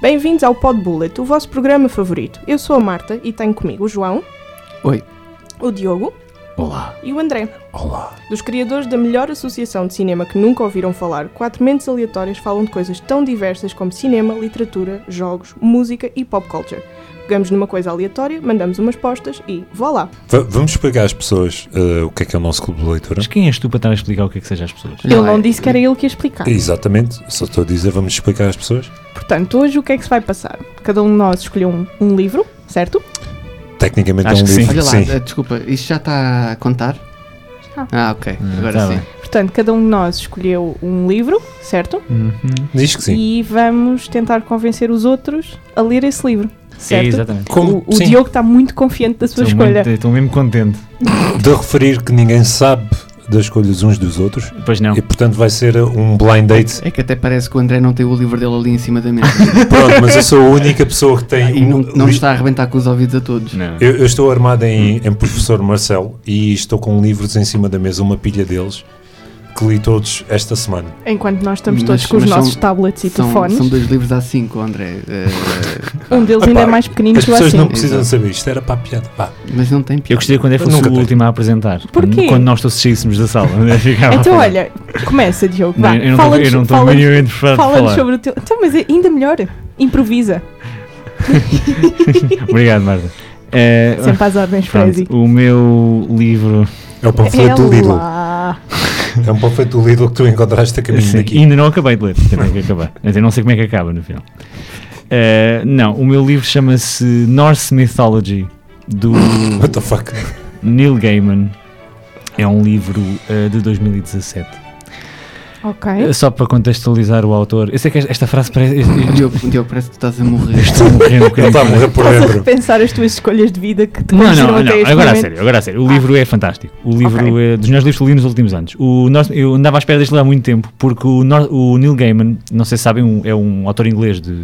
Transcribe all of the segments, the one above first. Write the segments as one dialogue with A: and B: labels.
A: Bem-vindos ao Pod Bullet, o vosso programa favorito. Eu sou a Marta e tenho comigo o João.
B: Oi.
A: O Diogo.
B: Olá.
A: E o André.
B: Olá.
A: Dos criadores da melhor associação de cinema que nunca ouviram falar, quatro mentes aleatórias falam de coisas tão diversas como cinema, literatura, jogos, música e pop culture. Pegamos numa coisa aleatória, mandamos umas postas e vá lá.
C: V- vamos explicar às pessoas eh, o que é que é o nosso clube de leitura?
D: Mas quem és tu para estar a explicar o que é que seja às pessoas?
A: Ele não
B: é-
A: disse que era ele que ia explicar.
C: Exatamente, só estou a dizer, vamos explicar às pessoas.
A: Portanto, hoje o que é que se vai passar? Cada um de nós escolheu um, um livro, certo?
C: Tecnicamente
D: Acho
C: é um
D: que
C: livro.
B: Olha lá, eh, desculpa, isto já está a contar?
A: Está.
B: Ah, ok.
D: Hum,
B: Agora
D: tá
B: sim.
D: bem.
A: Portanto, cada um de nós escolheu um livro, certo?
D: Uhum.
C: Diz que sim.
A: E vamos tentar convencer os outros a ler esse livro,
D: É,
A: certo?
D: exatamente.
C: Como,
A: o o
C: sim,
A: Diogo está muito confiante da sua
D: Estou
A: escolha.
D: muito- Estou mesmo contente.
C: de referir que ninguém sabe das escolhas uns dos outros
D: Pois não.
C: e portanto vai ser um blind date.
B: É que até parece que o André não tem o livro dele ali em cima da mesa
C: Pronto, mas eu sou a única pessoa que tem.
B: Ah, e não,
C: um-
B: não está a arrebentar com os ouvidos a todos.
D: Não.
C: Eu, eu estou armado em, em professor Marcelo e estou com livros em cima da mesa, uma pilha deles que li todos esta semana.
A: Enquanto nós estamos
B: Mas-
A: todos com os
B: mas são-
A: nossos tablets e
B: São,
A: telefones,
B: são dois livros A5, André. eh,
A: um deles ainda é
C: Epá,
A: mais pequenino
C: As
A: que o
C: pessoas
A: assim.
C: não precisam
B: Exato.
C: saber, isto era para a piada. Pá.
B: mas não tem
D: Eu
B: piada.
D: gostaria quando eu fosse
C: Nunca
D: o
C: tem.
D: último a apresentar.
A: Porquê?
D: Quando, quando nós todos saíssemos da sala. Eu ficava
A: Então,
D: a falar.
A: olha, começa, Diogo.
D: Não,
A: Vá,
D: eu não
A: fala-nos
D: estou- eu não estou
A: fala-nos-
D: minimamente preparado para
A: fala-nos
D: falar.
A: sobre o teu. Então, mas é ainda melhor, improvisa.
D: Obrigado, Marta. Eh,
A: Sempre às ordens,
D: pronto,
A: Freddy.
D: o meu livro.
C: É o panfleto do
A: É
C: Lidl.
A: lá.
C: É um panfleto do Lidl que tu encontraste a caminho
D: Sim,
C: daqui.
D: ainda não acabei de ler. portanto, Tenho que acabar. Até não sei como é que acaba no final. Eh, não, o meu livro chama-se Norse Mythology do
C: What the fuck?
D: Neil Gaiman. É um livro eh, de 2017.
A: Ok.
D: Só para contextualizar o autor, eu sei que esta frase parece. eu- eu-
B: Diogo, Diogo, parece que tu estás a morrer.
D: eu Estou a morrer um
C: Ele
D: bocadinho.
C: está a morrer por
A: Estás a
C: dentro.
A: repensar as tuas escolhas de vida que
E: Então,
A: te
D: Não,
A: conduziram
D: não,
A: até
D: não,
A: este
D: agora a
A: momento.
D: sério, agora a sério. O livro é fantástico. O livro é dos melhores livros que li nos últimos anos. O North- eu andava à espera deste livro há muito tempo, porque o, Nor- o Neil Gaiman, não sei se sabem, um- é um autor inglês de,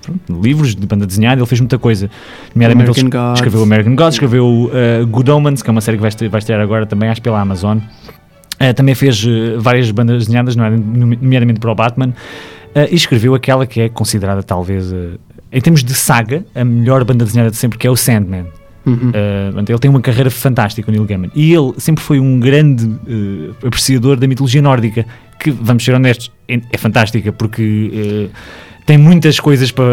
D: pronto, de livros, de banda desenhada, ele fez muita coisa. Nomeadamente, ele
B: American Gods.
D: escreveu American Gods, escreveu uh, Good Omens, que é uma série que vai, estre- vai estrear agora também, acho que pela Amazon. Uh, também fez uh, várias bandas desenhadas, nomeadamente nomeadamente para o Batman. Uh, e escreveu aquela que é considerada, talvez, uh, em termos de saga, a melhor banda desenhada de sempre, que é o Sandman.
B: Uhum.
D: Uh, portanto, ele tem uma carreira fantástica, o Neil Gaiman. E ele sempre foi um grande uh, apreciador da mitologia nórdica, que, vamos ser honestos, é, é fantástica, porque uh, tem muitas coisas para.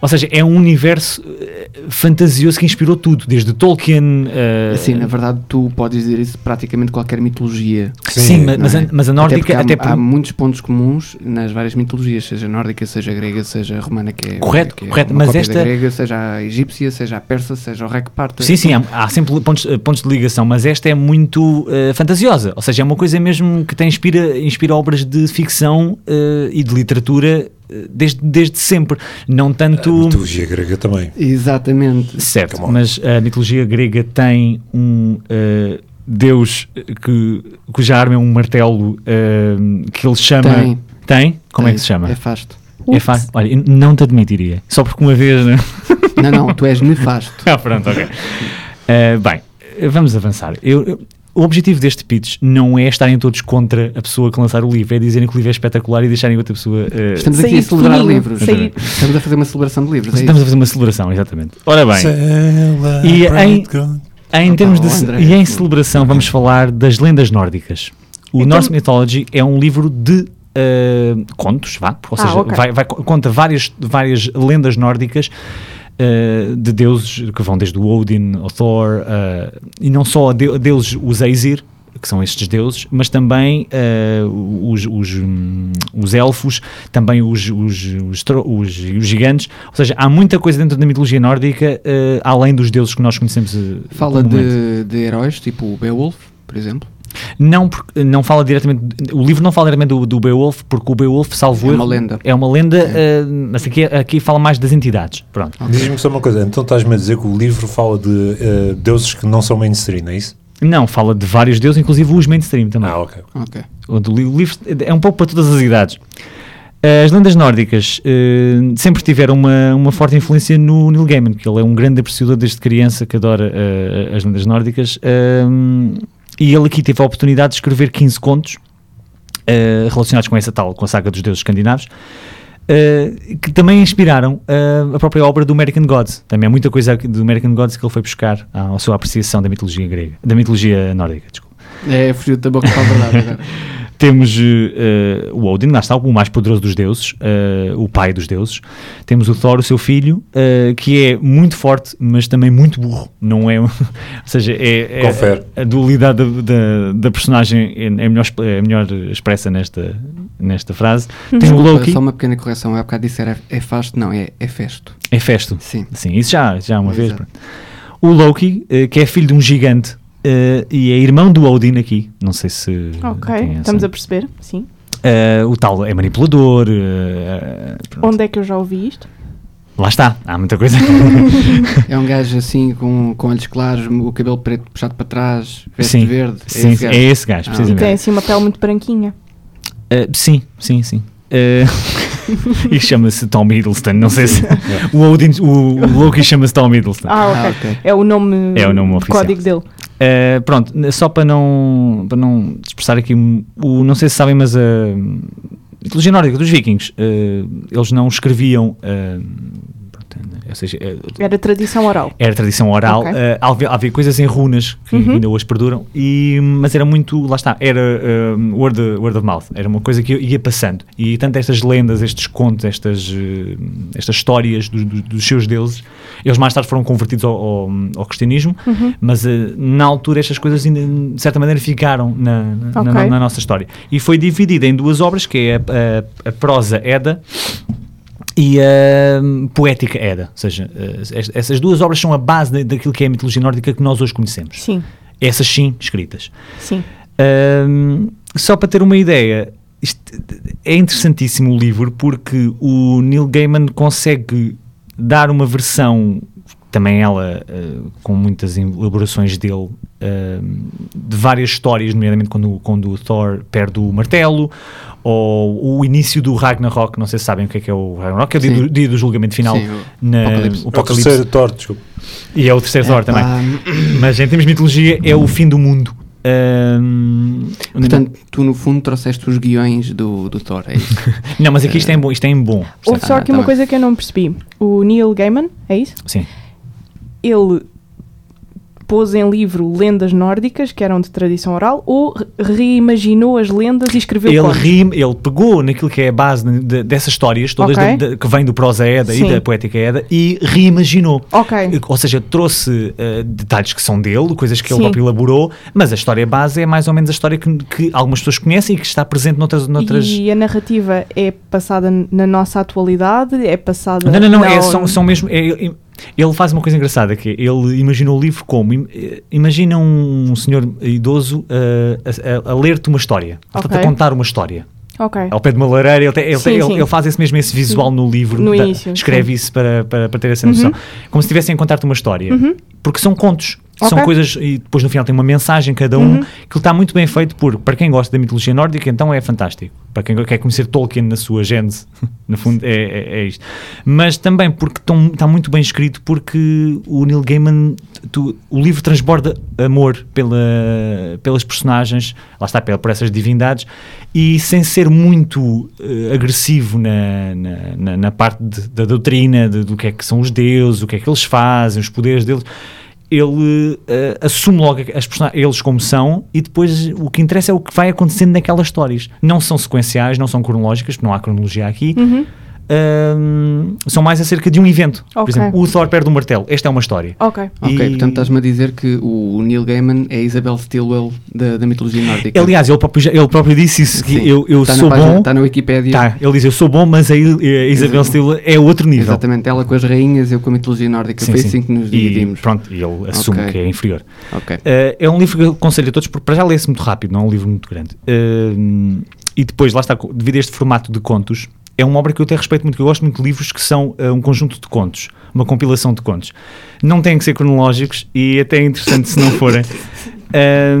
D: Ou seja, é um universo uh, fantasioso que inspirou tudo, desde Tolkien. uh,
B: Assim, na verdade, tu podes dizer isso de praticamente qualquer mitologia.
D: Sim,
C: Sim,
D: ma- mas,
B: não
D: a,
B: é?
D: mas a nórdica,
B: até
D: até,
B: porque há, há muitos pontos comuns nas várias mitologias, seja nórdica, seja grega, seja romana, que é
D: Correto,
B: que é
D: correto,
B: uma
D: mas
B: cópia
D: esta-
B: da grega, seja a egípcia, seja a persa, seja o recparta.
D: Sim, sim, há, há sempre pontos, eh, pontos de ligação, mas esta é muito eh, fantasiosa, ou seja, é uma coisa mesmo que tem, inspira, inspira obras de ficção eh, e de literatura eh, desde, desde sempre, não tanto...
C: Mitologia grega também.
B: Exatamente.
D: certo,
C: Come on.
D: mas a mitologia grega tem um eh, deus eh, que, cuja arma é um martelo eh, que ele chama...
B: Tem.
D: Tem? Como é
B: Tem-
D: que se chama?
B: É fasto.
D: É fácil. Olha, eu não te admitiria. Só porque uma vez. né?
B: Não, não, tu és nefasto.
D: Ah, pronto, ok. Eh, bem, eh, vamos avançar. Eu- eu- o objetivo deste pitch não é estarem todos contra a pessoa que lançar o livro, é dizerem que o livro é espetacular e deixarem outra pessoa. eh,
B: Estamos
A: Sair
B: aqui a celebrar
A: pequenino,
B: livros.
A: sair-
B: Estamos a fazer uma celebração de livros. É
D: estamos a
B: isso?
D: fazer é uma celebração, exatamente. Ora bem,
C: E
D: em- Ah, em termos de.
B: Oh, André.
D: E em celebração vamos falar das lendas nórdicas. O
A: Então-
D: Norse Mythology é um livro de. eh, contos, vá, ou
A: Ah,
D: seja,
A: ok.
D: vai, vai- conta várias, várias lendas nórdicas eh, de deuses que vão desde o Odin, o Thor, eh, e não só a de- a deuses, os Aesir, que são estes deuses, mas também eh, os, os, hum, os elfos, também os, os, os, tro- os- e os gigantes, ou seja, há muita coisa dentro da mitologia nórdica, eh, além dos deuses que nós conhecemos. eh,
B: Fala
D: comumente.
B: de, de heróis, tipo o Beowulf, por exemplo.
D: Não, porque- não fala diretamente. O livro não fala diretamente do, do Beowulf, porque o Beowulf salvou.
B: É uma lenda.
D: É uma lenda, eh, mas aqui, aqui fala mais das entidades. Pronto.
C: Diz-me só uma coisa, então estás-me a dizer que o livro fala de eh, deuses que não são mainstream, é isso?
D: Não, fala de vários deuses, inclusive os mainstream também.
C: Ah, ok.
B: Ok.
D: É O do li- livro é um pouco para todas as idades. As lendas nórdicas eh, sempre tiveram uma, uma forte influência no Neil Gaiman, que ele é um grande apreciador desde criança que adora eh, as lendas nórdicas. Ahm, e ele aqui teve a oportunidade de escrever 15 contos eh, relacionados com essa tal, com a saga dos deuses escandinavos. eh, que também inspiraram eh, a própria obra do American Gods. Também há muita coisa aqui do American Gods que ele foi buscar à, à sua apreciação da mitologia grega, da mitologia nórdica, desculpa.
B: É, fugiu da boca para a verdade agora.
D: Temos eh, eh, o Odin, lá está, o mais poderoso dos deuses, eh, o pai dos deuses. Temos o Thor, o seu filho, eh, que é muito forte, mas também muito burro. Não é, um- ou seja, é, é-
C: Confere.
D: a dualidade da, da, da personagem é, é melhor, exp- é melhor expressa nesta, nesta frase. Tem o Loki,
B: Só uma pequena correção, há bocado disseram é fasto, não, é, é festo.
D: é festo.
B: Sim.
D: Sim, isso já, já uma vez.
B: Exato.
D: pronto. O Loki, eh, que é filho de um gigante eh, e é irmão do Odin aqui. Não sei se.
A: Ok,
D: tem essa-
A: estamos a perceber, sim.
D: Eh, o tal é manipulador. eh, pronto.
A: Onde é que eu já ouvi isto?
D: Lá está, há muita coisa.
B: É um gajo assim, com, com olhos claros, o cabelo preto puxado para trás, veste
D: Sim.
B: verde.
D: sim,
B: esse gajo.
D: é esse gajo,
B: Ah,
A: E
D: precisamente.
A: tem assim uma pele muito branquinha.
D: Eh, sim, sim, sim. Eh, e chama-se Tom Hiddleston, não sei se. o, Odin, o Loki chama-se Tom Hiddleston.
A: Ah, ok.
B: Ah, ok.
A: É o nome,
D: É o nome
A: de
D: oficial.
A: código dele.
D: Uh, pronto, n- só para não, para não expressar aqui, um- o, não sei se sabem, mas a mitologia nórdica dos vikings, uh, eles não escreviam, uh, pronto, ou seja, uh,
A: Era tradição oral.
D: era tradição oral,
A: Ok.
D: uh, havia, havia coisas em runas que
A: Uhum.
D: ainda hoje perduram, e, hum, mas era muito, lá está, era um, word, word of mouth, era uma coisa que ia passando, e tanto estas lendas, estes contos, estas, uh, estas histórias do- do- dos seus deuses, eles mais tarde foram convertidos ao, ao- hum, ao cristianismo,
A: Uhum.
D: mas eh, na altura estas coisas ainda, de certa maneira ficaram na, na-
A: Ok.
D: na- na nossa história. E foi dividida em duas obras, que é a, a- a prosa Edda e a hum, poética Edda. Ou seja, eh, es- essas duas obras são a base da- daquilo que é a mitologia nórdica que nós hoje conhecemos.
A: Sim,
D: Essas sim, escritas.
A: sim.
D: Hum, só para ter uma ideia, isto é interessantíssimo o livro porque o Neil Gaiman consegue dar uma versão, também ela eh, com muitas elaborações dele, hum, de várias histórias, nomeadamente quando, quando o Thor perde o martelo, ou o início do Ragnarok, não sei se sabem o que é que é o Ragnarok, é o dia,
B: Sim.
D: do, dia do julgamento final.
B: Sim, o
D: na,
B: Apocalipse.
D: o
C: É o
D: Apocalipse.
C: terceiro Thor, desculpa.
D: E é o terceiro Thor também.
B: Ah,
D: Mas em termos de mitologia é o fim do mundo. Hum,
B: portanto, tu no fundo trouxeste os guiões do, do Thor, é isso?
D: Não, mas aqui isto é em bom. Isto é em bom.
A: Houve só
B: Ah,
A: aqui
B: tá
A: uma
B: bem.
A: coisa que eu não percebi. O Neil Gaiman, é isso?
D: Sim.
A: Ele pôs em livro lendas nórdicas que eram de tradição oral ou re- reimaginou as lendas e escreveu
D: Ele,
A: contos?
D: rime, ele pegou naquilo que é a base de- de- dessas histórias todas
A: Ok.
D: da- da- que vem do prosa Edda
A: Sim.
D: e da poética Edda e reimaginou.
A: Ok.
D: Ou seja, trouxe eh, detalhes que são dele, coisas que
A: Sim.
D: ele próprio elaborou, mas a história base é mais ou menos a história que, que algumas pessoas conhecem e que está presente noutras. noutras...
A: E a narrativa é passada na nossa atualidade? É passada.
D: Não, não, não, é,
A: na-
D: são, são mesmo. é- é- ele faz uma coisa engraçada que é, ele imaginou o livro como im- eh, imagina um senhor idoso eh, a, a- a ler-te uma história, ele está
A: Ok.
D: a contar uma história.
A: Ok.
D: ao pé de uma lareira, ele, tem- ele
A: Sim,
D: tem- ele-
A: sim.
D: ele faz esse mesmo esse visual no livro,
A: No
D: tá-
A: início,
D: escreve
A: sim. Uhum.
D: isso para, para, para ter essa noção. Como se estivessem a contar-te uma história, porque são contos. São
A: Ok.
D: coisas, e depois no final tem uma mensagem cada um, que está muito bem feito, porque para quem gosta da mitologia nórdica, então é fantástico. Para quem quer conhecer Tolkien na sua gênese, no fundo, é, é, é isto. Mas também porque tão- está muito bem escrito, porque o Neil Gaiman, tu- o livro transborda amor pela, pelas personagens, lá está, pela- por essas divindades, e sem ser muito eh, agressivo na, na, na- na parte de- da doutrina, de- do que é que são os deuses, o que é que eles fazem, os poderes deles, ele eh, assume logo as persona- eles como são e depois o que interessa é o que vai acontecendo naquelas histórias. Não são sequenciais, não são cronológicas, porque não há cronologia aqui. Ahm, são mais acerca de um evento. Por
A: Ok.
D: exemplo, o Thor perde o martelo. Esta é uma história.
A: Ok.
B: ok,
D: E-
B: portanto estás-me a dizer que o Neil Gaiman é a Isabel Stilwell da, da mitologia nórdica.
D: Aliás, ele próprio, já- ele próprio disse isso, que
B: Sim.
D: eu, eu
B: Está na
D: sou
B: página-
D: bom.
B: Está na Wikipédia.
D: Tá, ele diz eu sou bom, mas a, Il- a Isabel
B: Exato.
D: Steele é outro nível.
B: Exatamente, ela com as rainhas, eu com a mitologia nórdica. Foi assim que nos dividimos.
D: E, pronto, e ele assume
B: Ok.
D: que é inferior.
B: Ok.
D: Eh, é um livro que eu aconselho a todos, porque para já lê-se muito rápido, não é um livro muito grande. Eh, e depois, lá está, co- devido a este formato de contos, é uma obra que eu até respeito muito, que eu gosto muito de livros que são eh, um conjunto de contos, uma compilação de contos. Não têm que ser cronológicos e até é interessante se não forem. Eh,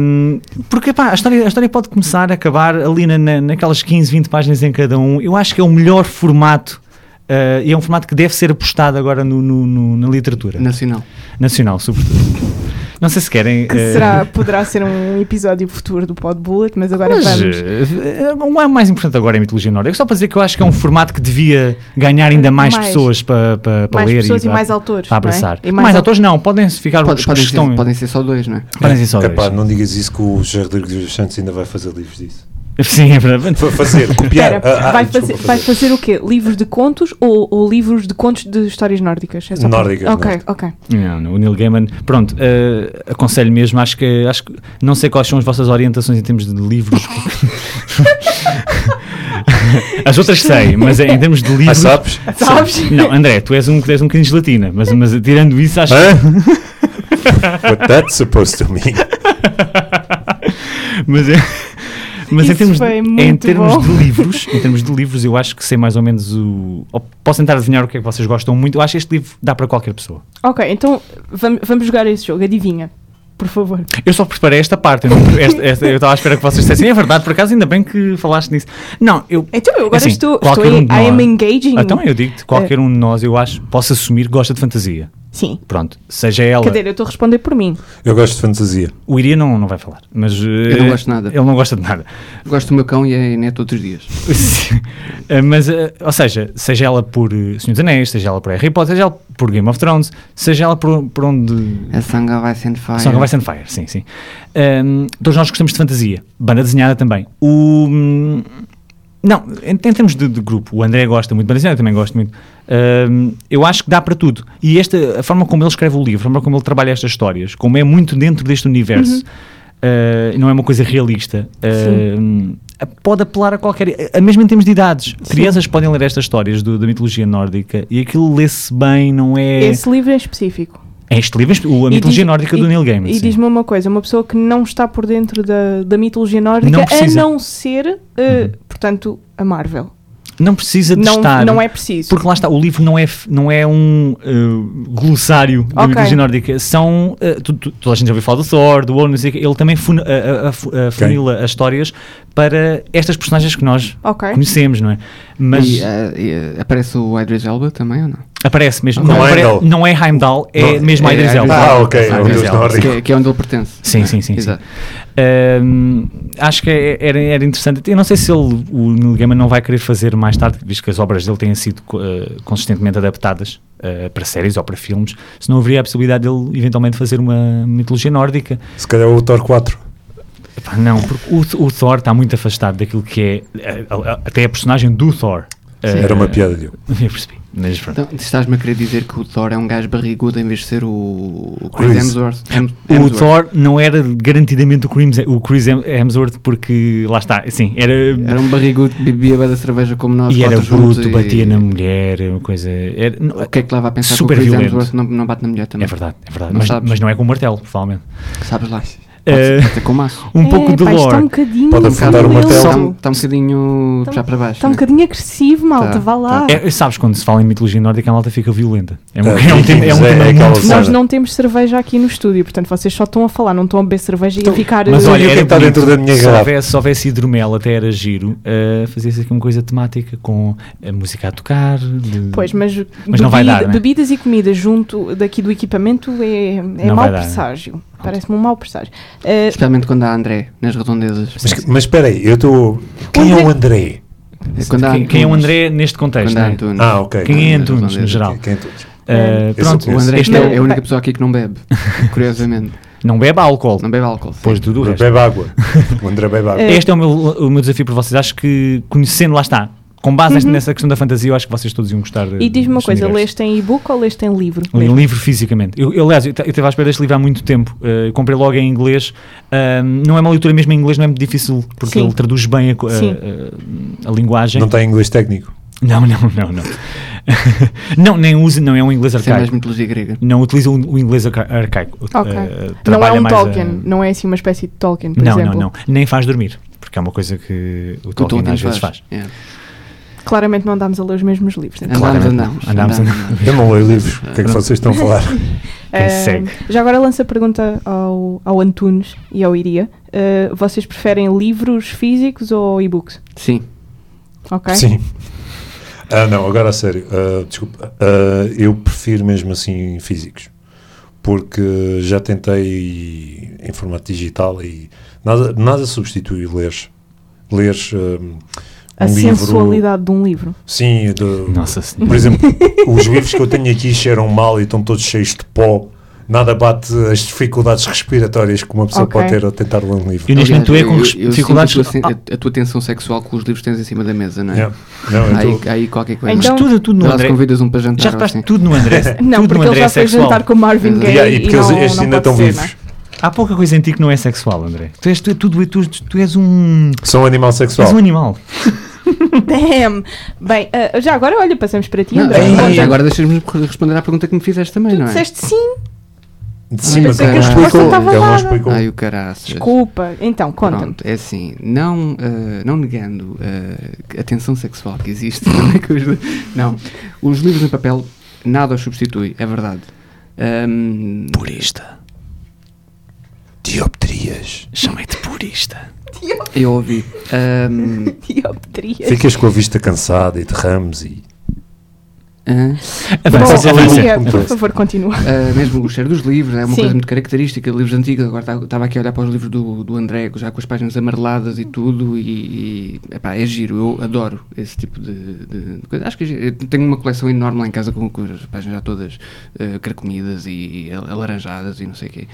D: porque pá, a, história, a história pode começar a acabar ali na- na- naquelas 15, 20 páginas em cada um. Eu acho que é o melhor formato eh, e é um formato que deve ser apostado agora no- no- no- na literatura
B: Nacional.
D: nacional, sobretudo. Não sei se querem.
E: Que
D: eh,
E: será, poderá ser um episódio futuro do Pod Bullet, mas agora
D: Mas
E: vamos.
D: eh, não é o mais importante agora é a mitologia nórdica. Só para dizer que eu acho que é um formato que devia ganhar ainda mais,
E: Mais.
D: pessoas para, para, para
E: mais
D: ler
E: pessoas e,
D: para-
E: mais autores.
D: para
E: não é?
D: abraçar.
E: E
D: mais,
E: mais autores.
D: autores não, podem ficar
B: Pode-
D: os que
B: podem,
D: estão.
B: ser, podem ser só dois, não é?
D: podem ser só dois.
C: Epá, não digas isso que o Jorge Rodrigues dos Santos ainda vai fazer livros disso.
D: Sim, é verdade.
C: Fa- Fazer, copiar.
E: Espera,
C: Ah, ah,
E: vai,
C: desculpa,
E: fazer, vai fazer o quê? Livros de contos ou, ou livros de contos de histórias nórdicas? É só para-
C: Nórdicas,
E: Ok,
C: nórdicas.
E: ok.
D: Não, não, o Neil Gaiman, pronto, eh, aconselho mesmo, acho que, acho que não sei quais são as vossas orientações em termos de livros. as outras sei, mas em termos de
C: Ah,
D: livros.
C: sabes?
E: Sabes?
D: Não, André, tu és um, tu és um bocadinho gelatina, mas, mas tirando isso, acho que.
C: What that's supposed to mean?
D: Mas, é- mas em
E: Isso
D: termos, de,
E: foi
D: em
E: muito
D: termos
E: bom.
D: de livros, em termos de livros, eu acho que sei mais ou menos o. ou posso tentar adivinhar o que é que vocês gostam muito. Eu acho que este livro dá para qualquer pessoa.
E: Ok, então vamos, vamos jogar esse jogo. Adivinha, por favor.
D: Eu só preparei esta parte. Eu não- esta- esta- eu estava à espera que vocês dissessem. É verdade, por acaso, ainda bem que falaste nisso. Não, eu.
E: Então eu agora
D: Assim,
E: estou, estou
D: qualquer
E: em
D: um de
E: I am
D: nós.
E: engaging.
D: Então eu digo-te, qualquer
E: É.
D: um de nós, eu acho, posso assumir que gosta de fantasia.
E: Sim.
D: Pronto, seja ela.
E: Quer dizer, eu estou a responder por mim.
C: Eu gosto de fantasia.
D: O Iria não, não vai falar. Mas, eh,
B: Eu não gosto de nada.
D: Ele não gosta de nada.
B: Gosto do meu cão e é neto todos os dias.
D: Sim. Eh, Mas, eh, ou seja, seja ela por eh, Senhor dos Anéis, seja ela por Harry Potter, seja ela por Game of Thrones, seja ela por, por onde.
B: A sanga vai sendo
E: Ah,
B: fire.
D: Song
E: é?
D: of Ice and Fire, sim, sim. Ahm, todos nós gostamos de fantasia. Banda desenhada também. O. hum, Não, em, em termos de, de grupo, o André gosta muito de banda desenhada, eu também gosto muito. Ahm, eu acho que dá para tudo. E esta, a forma como ele escreve o livro, a forma como ele trabalha estas histórias, como é muito dentro deste universo,
E: Uhum.
D: ah, não é uma coisa realista. ahm, Pode apelar a qualquer. A mesmo em termos de idades. Crianças podem ler estas histórias do- da mitologia nórdica e aquilo lê-se bem, não é.
E: Esse livro em específico.
D: É este livro, o- a
E: E
D: mitologia
E: diz-
D: nórdica
E: e-
D: do Neil Gaiman.
E: E
D: sim.
E: diz-me uma coisa, uma pessoa que não está por dentro da, da mitologia nórdica,
D: Não
E: a
D: precisa.
E: não ser, eh, portanto, a Marvel.
D: Não precisa de
E: Não,
D: estar.
E: não é preciso.
D: Porque lá está, o livro não é, f- não é um eh, glossário da
E: Ok.
D: mitologia nórdica. São. eh, tu- tu- toda a gente já ouviu falar do Thor, do Odin, não sei o quê. ele também fun, a- a- a fu- a funila as histórias para estas personagens que nós
E: Ok.
D: conhecemos, não é? Mas
B: E,
C: eh,
B: ah, e, ah, aparece o Idris Elba também ou não?
D: aparece mesmo.
C: Não
D: Não,
C: é
D: apare-
C: Heimdall.
D: não é Heimdall, é
C: Não,
D: mesmo
B: é
D: Idris Elba.
C: Ah, ok,
D: É
C: é o
D: Idris
C: deus
D: Elba.
C: nórdico.
B: Que, é- que é onde ele pertence.
D: Sim, sim, sim, sim.
B: Exato.
D: Hum, acho que é- era, era interessante. Eu não sei se ele, o Neil Gaiman não vai querer fazer mais tarde, visto que as obras dele têm sido co- eh, consistentemente adaptadas eh, para séries ou para filmes, se não haveria a possibilidade dele eventualmente fazer uma mitologia nórdica.
C: Se calhar o Thor 4.
D: Epá, não, porque o, Th- o Thor está muito afastado daquilo que é eh, a- a- até a personagem do Thor. Eh,
C: Era uma piada, Diogo.
D: Eu percebi, mas pronto.
B: Então, estás-me a querer dizer que o Thor é um gajo barrigudo em vez de ser o o Chris
C: Chris.
B: Hemsworth? Hem-
D: O
B: Então, Hemsworth.
D: Thor não era garantidamente o Chris, o Chris Hem- Hemsworth, porque lá está, sim, era
B: Era um barrigudo que bebia bué da cerveja como nós.
D: E era
B: quatro juntos
D: bruto,
B: e-
D: batia na mulher, é uma coisa. Era, não,
B: O que é que lá vai pensar que
D: Super
B: o Chris
D: violento.
B: Hemsworth não, não bate na mulher também?
D: é verdade, é verdade.
B: Não
D: mas,
B: sabes.
D: mas não é com um martelo, provavelmente.
B: Sabes lá.
D: Eh,
B: Pode ser com maço.
D: Um pouco de
E: pá, isto Está um
D: lore.
E: bocadinho.
C: Pode afundar o
E: violento.
C: martelo.
B: Está, um- está um bocadinho
E: Tá-
B: já para baixo.
E: Está um
B: né?
E: bocadinho agressivo, malta,
B: Tá,
E: vá lá.
D: É, sabes, quando se fala em mitologia nórdica, a malta fica violenta. É um,
C: É,
D: é um tema, é um
C: é
D: tema
C: aquela
D: muito.
C: cena.
E: Nós não temos cerveja aqui no estúdio, portanto vocês só estão a falar, não estão a beber cerveja e a ficar.
D: Então, Mas
E: eh,
D: olha,
C: o que
D: era
C: é que
B: tá
C: está
D: bonito.
C: dentro da minha
D: se,
C: garrafa?
D: houvesse, se houvesse hidromel, até era giro, eh, fazia-se aqui uma coisa temática com a música a tocar. de-
E: Pois, mas,
D: Mas não vai
E: bebida-
D: dar, né?
E: bebidas e comida junto daqui do equipamento é, é
D: Não
E: mau
D: vai dar, né?
E: presságio. Parece-me um mau presságio. Eh,
B: Especialmente quando há André nas redondezas.
C: Mas, que- mas espera aí, eu estou. Quem é o André?
B: É quando há
D: Quem, quem é o
B: Antunes.
D: André neste contexto?
B: Quando há
D: Né?
B: Antunes.
C: Ah, ok.
D: Quem é
B: Nas
D: Antunes, no
B: redondezas.
D: geral?
C: Quem é todos?
D: Eh,
C: Esse
D: pronto,
C: eu
B: O André
D: este
B: é,
D: é
E: Não.
B: é a única pessoa aqui que não bebe, curiosamente.
D: o- não bebe álcool.
B: Não bebe álcool.
D: Depois de tudo o
C: O André
D: resto.
C: bebe água. O André bebe água.
D: Este é o meu, o meu desafio para vocês. Acho que conhecendo, lá está, com base nesta- nessa questão da fantasia, eu acho que vocês todos iam gostar.
E: Uhum. e diz-me uma coisa,
D: leste.
E: leste em e-book ou leste em livro?
D: Li um livro fisicamente. Eu, eu, aliás, eu estava à espera deste livro há muito tempo. eh, eu comprei logo em inglês. Ah, não é uma leitura mesmo em inglês, não é muito difícil, porque
E: Sim.
D: ele traduz bem a, co- a-
E: Sim.
D: a- a
E: É.
D: linguagem.
C: Não tem inglês técnico.
D: Não, não, não, não. não, nem usa, não é um inglês
B: Sem mais
D: arcaico.
B: mitologia grega.
D: Não utiliza o o inglês arca- arcaico. Eh,
E: não é
D: trabalha
E: um
D: mais a-
E: Tolkien, não é assim uma espécie de Tolkien, por
D: Não,
E: exemplo.
D: não, não. Nem faz dormir, porque é uma coisa que
B: Que
D: o
B: o
D: Tolkien
B: Tolkien
D: às vezes faz.
B: É.
E: Claramente não andámos a ler os mesmos livros. né?
B: Andámos,
D: Claramente.
B: andámos.
D: Andámos,
C: Eu não leio livros. O que é que vocês estão a falar?
D: Quem
E: Ah,
D: segue?
E: Já agora lanço a pergunta ao, ao Antunes e ao Iria. Ah, vocês preferem livros físicos ou e-books?
B: Sim.
E: Ok?
C: Sim. Ah, não, agora a sério. Ah, desculpa. Ah, eu prefiro mesmo assim físicos. porque já tentei em formato digital e nada, nada substitui ler. Ler um,
E: A
C: um livro.
E: sensualidade de um livro.
C: Sim, de-
D: Nossa Senhora.
C: por exemplo, os livros que eu tenho aqui cheiram mal e estão todos cheios de pó. Nada bate as dificuldades respiratórias que uma pessoa
A: Ok.
C: pode ter ao tentar ler um livro.
D: E neste momento
B: Aliás,
D: tu é com
B: eu-
D: res-
B: eu sinto
D: dificuldades. Ah.
B: A tua, sen- a tua tensão sexual com os livros que tens em cima da mesa, não é?
C: Yeah. Não, eu
B: Há aí,
C: tô-
B: há aí qualquer coisa.
E: Então-
D: tudo, tudo no
B: Ela se
D: André.
B: convidas um para jantar.
D: Já
B: ou
D: reparaste
B: assim.
D: tudo no André.
E: Não,
D: tudo no
E: porque ele
D: André é
E: já foi
D: sexual.
E: jantar com Marvin Gaye.
C: E aí, porque
E: e
C: eles-
E: não,
C: estes
E: não
C: ainda
E: pode
C: estão
E: ser, né?
C: vivos.
E: não
D: Há pouca coisa em ti que não é sexual, André. Tu és, tu, tu, tu, tu és um.
C: São animal
D: Tu
C: sexual.
D: és um animal.
E: é? Damn. Bem, ah, já agora olha, passamos para ti,
B: Não,
E: André.
B: agora-
D: é.
E: Conta.
B: agora deixas-me responder à pergunta que me fizeste também, não é?
E: Disseste sim,
C: Sim,
B: Ai,
C: mas
E: é
B: eu pensei
C: ele não
B: que a
C: explicou.
B: resposta
E: estava
C: Ele não
E: dada.
C: explicou.
B: Ai, o caraças.
E: desculpa. Então, conta-me.
B: Pronto, é assim, não, ah, não negando ah, a tensão sexual que existe, não, é que os- não, os livros em papel nada os substitui, é verdade. Ahm,
D: Purista.
C: Dioptrias.
D: Chamei-te purista.
B: eu ouvi. Ahm,
E: Dioptrias.
C: Ficas com a vista cansada e derrames e.
B: hã?
E: Bom, é assim,
D: Avança, avança.
E: Maria, por favor, continua.
B: Ah, mesmo o cheiro dos livros, é uma
E: Sim.
B: coisa muito característica de livros antigos. Agora estava aqui a olhar para os livros do, do André, já com as páginas amareladas e tudo, e, e, epá, é giro. Eu adoro esse tipo de, de- de coisa. Acho que é giro. Eu tenho uma coleção enorme lá em casa com, com as páginas já todas eh, carcomidas e al- alaranjadas e não sei o quê.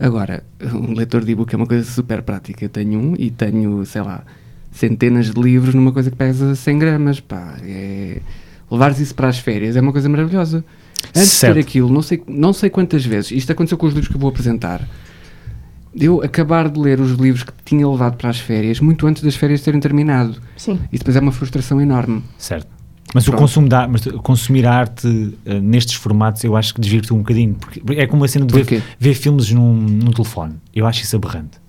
B: Agora, um leitor de e-book é uma coisa super prática. Eu tenho um e tenho, sei lá, centenas de livros numa coisa que pesa 100 gramas. Pá, é. Levares isso para as férias é uma coisa maravilhosa. Antes de ter
D: Certo.
B: aquilo, não sei, não sei quantas vezes, isto aconteceu com os livros que eu vou apresentar, de eu acabar de ler os livros que tinha levado para as férias, muito antes das férias terem terminado.
E: Sim.
B: E depois é uma frustração enorme.
D: Certo. Mas o
B: Pronto.
D: consumo da mas consumir arte eh, nestes formatos eu acho que desvirtua um bocadinho. Porque é como a cena de
B: Porquê?
D: ver, ver filmes num, num telefone. Eu acho isso aberrante.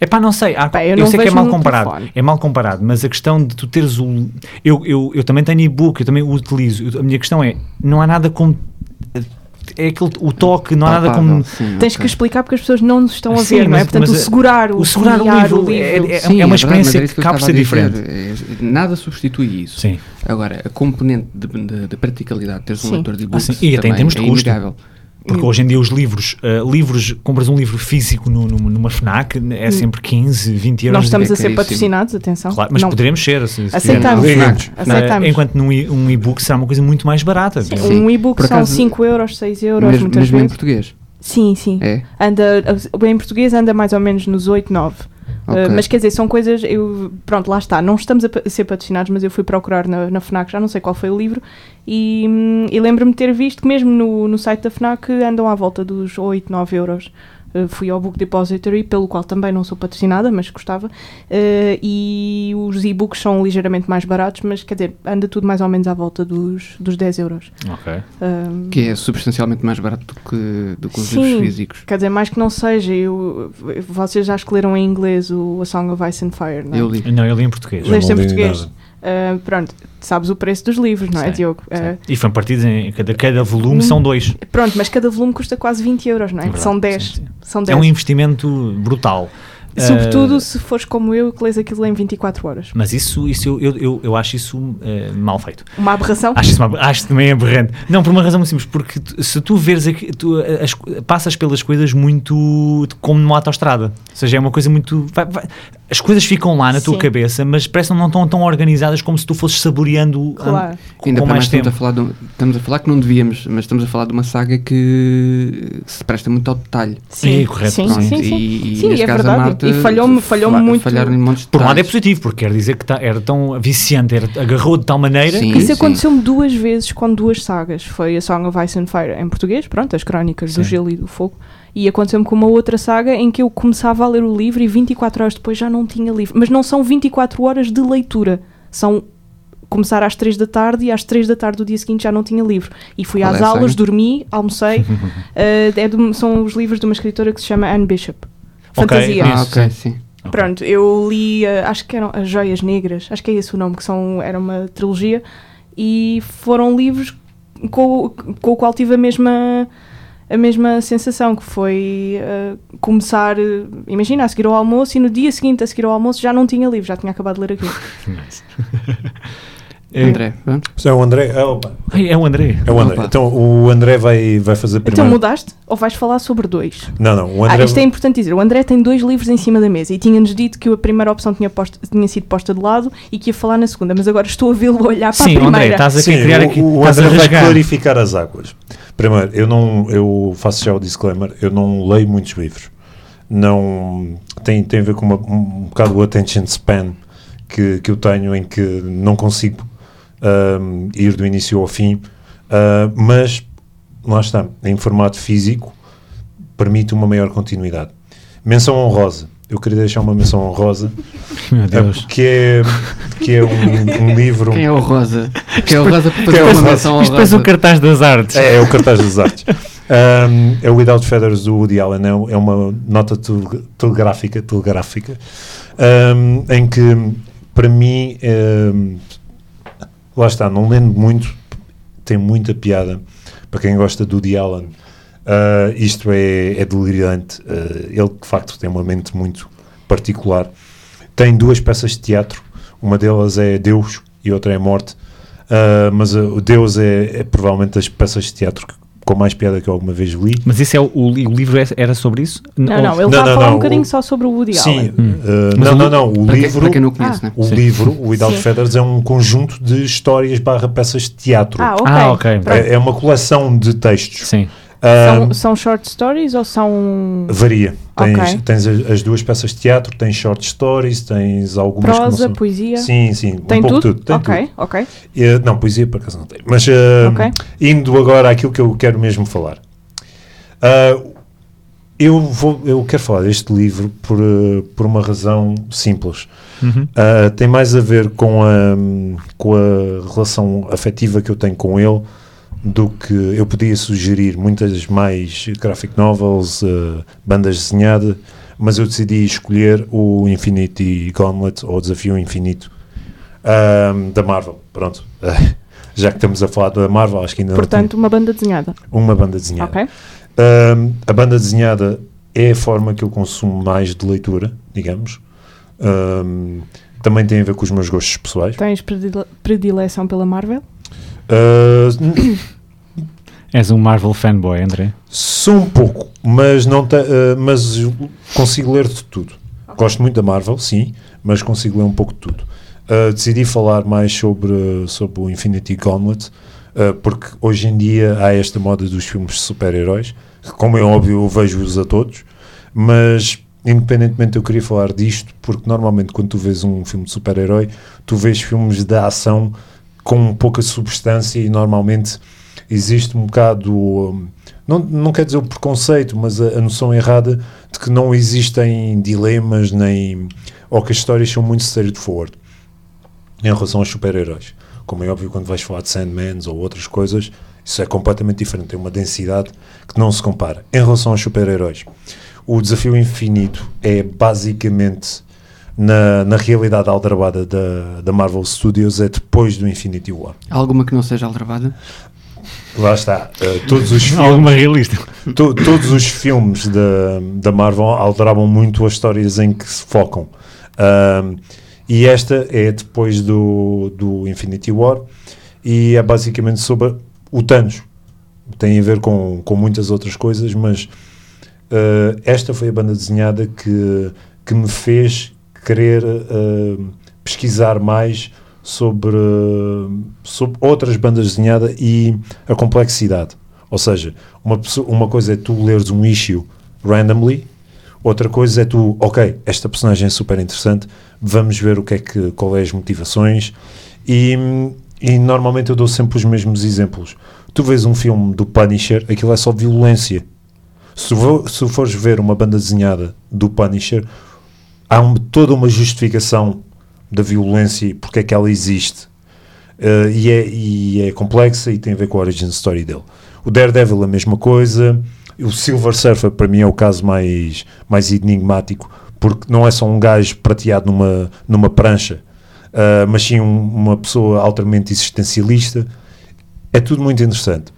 D: É pá, não sei. Há-
E: Pá, eu
D: eu
E: não
D: sei que é
E: vejo
D: mal
E: no
D: comparado.
E: telefone.
D: É mal comparado, mas a questão de tu teres o. Eu, eu, eu também tenho e-book, eu também o utilizo. Eu- A minha questão é: não há nada como. É aquele, o toque, não há nada
B: Palpável,
D: como.
B: sim,
E: Tens
B: ok.
E: que explicar porque as pessoas não nos estão a ver,
D: Sim,
E: não é?
D: mas-
E: Portanto,
D: mas
E: o
D: a-
E: segurar, o,
D: o segurar o
E: folhear,
D: livro é- é-
B: Sim,
D: uma
B: verdade, mas
D: experiência
B: era isso
D: que
B: eu
D: cabe
B: estava
D: ser
B: a dizer. É, Nada substitui isso.
D: Sim.
B: Agora, a componente de, de- de praticalidade de teres um
E: Sim.
B: leitor de e-books
D: Ah, sim, e até em
B: também
D: termos de
B: é
D: custo.
B: inegável.
D: Porque hoje em dia os livros, eh, livros, compras um livro físico no- no- numa FNAC, é sempre 15, 20 euros.
E: Hum. Nós estamos
B: é
E: a ser
B: caríssimo.
E: patrocinados, atenção.
D: Claro, mas
E: não.
D: poderemos ser. assim, se- se-
E: Aceitamos.
B: Não,
C: Digamos.
B: não.
D: Eh,
E: Aceitamos.
D: enquanto num e- um e-book será uma coisa muito mais barata. assim.
E: Sim,
B: Sim.
E: Um e-book
B: Por
E: são
B: acaso-
E: 5 euros, 6 euros,
B: Mesmo,
E: muitas
B: mesmo em
E: vezes.
B: português.
E: Sim, sim.
B: É.
E: Anda, em português anda mais ou menos nos 8, 9.
B: Ok.
E: Uh, mas quer dizer, são coisas. Eu, pronto, lá está. Não estamos a pa- ser patrocinados, mas eu fui procurar na, na Fnac, já não sei qual foi o livro, e, hum, e lembro-me de ter visto que mesmo no, no site da Fnac andam à volta dos 8, 9 euros. Uh, fui ao Book Depository, pelo qual também não sou patrocinada, mas gostava. uh, e os e-books são ligeiramente mais baratos, mas quer dizer, anda tudo mais ou menos à volta dos, dos 10 euros.
D: Ok.
E: Um,
B: Que é substancialmente mais barato do que, do que os
E: Sim.
B: livros físicos.
E: Quer dizer, mais que não seja, eu, vocês já escolheram em inglês o A Song of Ice and Fire, não é?
B: Eu li.
D: Não, eu li em português.
C: Eu não
E: Leste em
C: li
E: português.
C: nada.
E: Uh, pronto, sabes o preço dos livros, não é, Hum,
D: Sei,
E: Diogo?
D: Sim.
E: Uh,
D: E foram partidos em cada, cada volume, são dois.
E: pronto, mas cada volume custa quase 20 euros, não é?
D: É verdade,
E: São 10.
D: sim, sim.
E: São
D: É
E: 10.
D: um investimento brutal.
E: Sobretudo
D: Eh,
E: se fores como eu que lês aquilo em 24 horas.
D: mas isso, isso eu, eu, eu, eu acho isso eh, mal feito.
E: Uma aberração.
D: Acho, isso uma- acho também aberrante. Não, por uma razão muito simples, porque tu- se tu veres aqui, tu eh, as co- passas pelas coisas muito de- como numa autoestrada. Ou seja, é uma coisa muito. vai- vai- as coisas ficam lá na tua
E: Sim.
D: cabeça, mas parecem não tão, tão organizadas como se tu fosses saboreando ah,
E: Claro.
D: com,
B: Ainda
D: com
B: para mais
D: mais
B: estamos
D: tempo.
B: a, falar de um- estamos a falar que não devíamos, mas estamos a falar de uma saga que se presta muito ao detalhe.
E: Sim,
D: É, correto,
E: sim,
B: Pronto,
E: sim, sim.
B: E, e
E: Sim,
B: neste
E: é
B: caso
E: verdade.
B: a Marta
E: E falhou-me- falhou-me
B: falha-
E: muito.
B: falharam em montes de
D: Por um lado é
B: detalhes.
D: positivo, porque quer dizer que tá- era tão viciante, era, agarrou de tal maneira
B: Sim.
D: que
E: Isso
B: sim.
E: aconteceu-me duas vezes com duas sagas. Foi a Song of Ice and Fire em português, pronto, as crónicas do
D: Sim.
E: Gelo e do Fogo. E aconteceu-me com uma outra saga em que eu começava a ler o livro e 24 horas depois já não tinha livro. Mas não são 24 horas de leitura. São começar às 3 da tarde e às 3 da tarde do dia seguinte já não tinha livro. E fui
B: Qual é
E: às
B: a
E: aulas,
B: saga?
E: dormi, almocei. Eh, é de um- são os livros de uma escritora que se chama Anne Bishop.
D: Ok,
E: Fantasia.
B: Ah,
D: Isso,
B: ok, sim.
D: Ok.
E: Pronto, eu li, eh, acho que eram As Joias Negras, acho que é esse o nome, que são, era uma trilogia, e foram livros com, o- com o qual tive a mesma, a mesma sensação, que foi eh, começar, eh, imagina, a seguir ao almoço, e no dia seguinte a seguir ao almoço já não tinha livro, já tinha acabado de ler aquilo.
B: André, vamos?
C: É o André. Ah, opa.
D: Ai, é o André.
C: É o André.
B: Opa.
C: Então o André vai, vai fazer
E: Então
C: primeiro.
E: mudaste ou vais falar sobre dois?
C: não, não. O
E: Ah,
C: André.
E: isto é importante dizer. O André tem dois livros em cima da mesa e tinha-nos dito que a primeira opção tinha, posto- tinha sido posta de lado e que ia falar na segunda, mas agora estou a vê-lo olhar para Ah, a
D: Sim, o
E: primeira.
D: André, estás aqui
C: Sim,
D: a criar
C: o-
D: aqui.
C: o,
D: estás a
C: André vai
D: rasgar.
C: clarificar as águas. Primeiro, eu não, eu faço já o disclaimer, eu não leio muitos livros. Não tem, tem a ver com uma- um bocado o attention span que, que eu tenho em que não consigo ahm, ir do início ao fim, Ah, mas lá está, em formato físico permite uma maior continuidade. Menção honrosa. Eu queria deixar uma menção honrosa,
D: Meu
C: ah,
D: Deus.
C: que é, que é um, um livro.
B: Quem é o Rosa? Quem é o Rosa para fazer
C: Quem é o
B: uma
C: Rosa?
B: menção ao
D: Isto parece
B: Rosa?
D: o cartaz das artes.
C: É, é o cartaz das artes. Um, é o Without Feathers do Woody Allen, é, um- é uma nota tele- telegráfica, telegráfica um, em que, para mim, um, lá está, não lendo muito, tem muita piada para quem gosta do Woody Allen. Uh, isto é, é delirante. Uh, ele, de facto, tem uma mente muito particular. Tem duas peças de teatro, uma delas é Deus e outra é Morte. Uh, mas uh, o Deus é, é provavelmente das peças de teatro que- com mais piada que eu alguma vez li.
D: Mas isso é o, o li- o livro é- era sobre isso?
E: Não, não, ele
C: Não,
E: está
C: não,
E: a falar
C: não,
E: um bocadinho
C: o-
E: só sobre o Woody
C: Sim,
E: Allen.
C: uh,
D: Mas
C: não,
D: o
C: não,
D: li-
C: não. O
B: Para quem-
C: livro,
B: para quem não conhece,
E: Ah.
B: né?
C: o
D: Sim.
C: livro, o Without
E: Sim.
C: Feathers, é um conjunto de histórias barra peças de teatro.
E: Ah, ok.
D: Ah, ok.
E: Pronto.
C: é, é uma coleção de textos.
D: Sim.
E: São,
C: Um,
E: são short stories ou são
C: Varia. Tens,
E: Ok.
C: tens as, as duas peças de teatro, tens short stories, tens algumas que não
E: prosa,
C: são-
E: poesia?
C: Sim, sim,
E: Tem
C: um pouco
E: tudo?
C: tudo. Tem
E: ok,
C: tudo.
E: ok.
C: Eh, não, poesia por acaso não tem. Mas eh,
E: Ok.
C: indo agora àquilo que eu quero mesmo falar. Ah, eu, vou, eu quero falar deste livro por, eh, por uma razão simples.
D: Uhum.
C: Ah, tem mais a ver com a, com a relação afetiva que eu tenho com ele do que eu podia sugerir muitas mais graphic novels, eh, bandas desenhadas, mas eu decidi escolher o Infinity Gauntlet ou o Desafio Infinito ah, da Marvel. Pronto, já que estamos a falar da Marvel, acho que ainda
E: Portanto, uma banda desenhada.
C: não tem uma banda desenhada.
E: Ok.
C: Ahm, a banda desenhada é a forma que eu consumo mais de leitura, digamos. Ahm, também tem a ver com os meus gostos pessoais.
E: Tens predile- predileção pela Marvel?
C: Ah, n-
D: És um Marvel fanboy, André.
C: sou um pouco, mas, não te- ah, mas eu consigo ler de tudo. Gosto muito da Marvel, sim, mas consigo ler um pouco de tudo. Ah, decidi falar mais sobre, sobre o Infinity Gauntlet, ah, porque hoje em dia há esta moda dos filmes de super-heróis, que, como é óbvio, eu vejo-os a todos, mas independentemente eu queria falar disto porque normalmente quando tu vês um filme de super-herói tu vês filmes de ação com pouca substância e normalmente existe um bocado hum, não, não quer dizer o preconceito mas a, a noção errada de que não existem dilemas nem ou que as histórias são muito straightforward em relação aos super-heróis como é óbvio quando vais falar de Sandmans ou outras coisas isso é completamente diferente tem uma densidade que não se compara em relação aos super-heróis o desafio infinito é basicamente na, na realidade aldrabada da, da Marvel Studios é depois do Infinity War.
B: Alguma que não seja aldrabada?
C: Lá está. eh, todos, os filmes,
D: Alguma realista.
C: to- todos os filmes da, da Marvel aldrabam muito as histórias em que se focam. Ahm, e esta é depois do, do Infinity War e é basicamente sobre o Thanos. Tem a ver com, com muitas outras coisas, mas Uh, esta foi a banda desenhada que, que me fez querer uh, pesquisar mais sobre, uh, sobre outras bandas desenhadas e a complexidade. Ou seja, uma, pessoa- uma coisa é tu leres um issue randomly, outra coisa é tu, ok, esta personagem é super interessante, vamos ver o que é que, qual é as motivações e, e normalmente eu dou sempre os mesmos exemplos. Tu vês um filme do Punisher, aquilo é só violência. Se, vo- se fores ver uma banda desenhada do Punisher, há um- toda uma justificação da violência e porque é que ela existe. Eh, e, é, e é complexa e tem a ver com a origin story dele. O Daredevil, a mesma coisa. O Silver Surfer, para mim, é o caso mais, mais enigmático, porque não é só um gajo prateado numa, numa prancha, eh, mas sim um- uma pessoa altamente existencialista. É tudo muito interessante.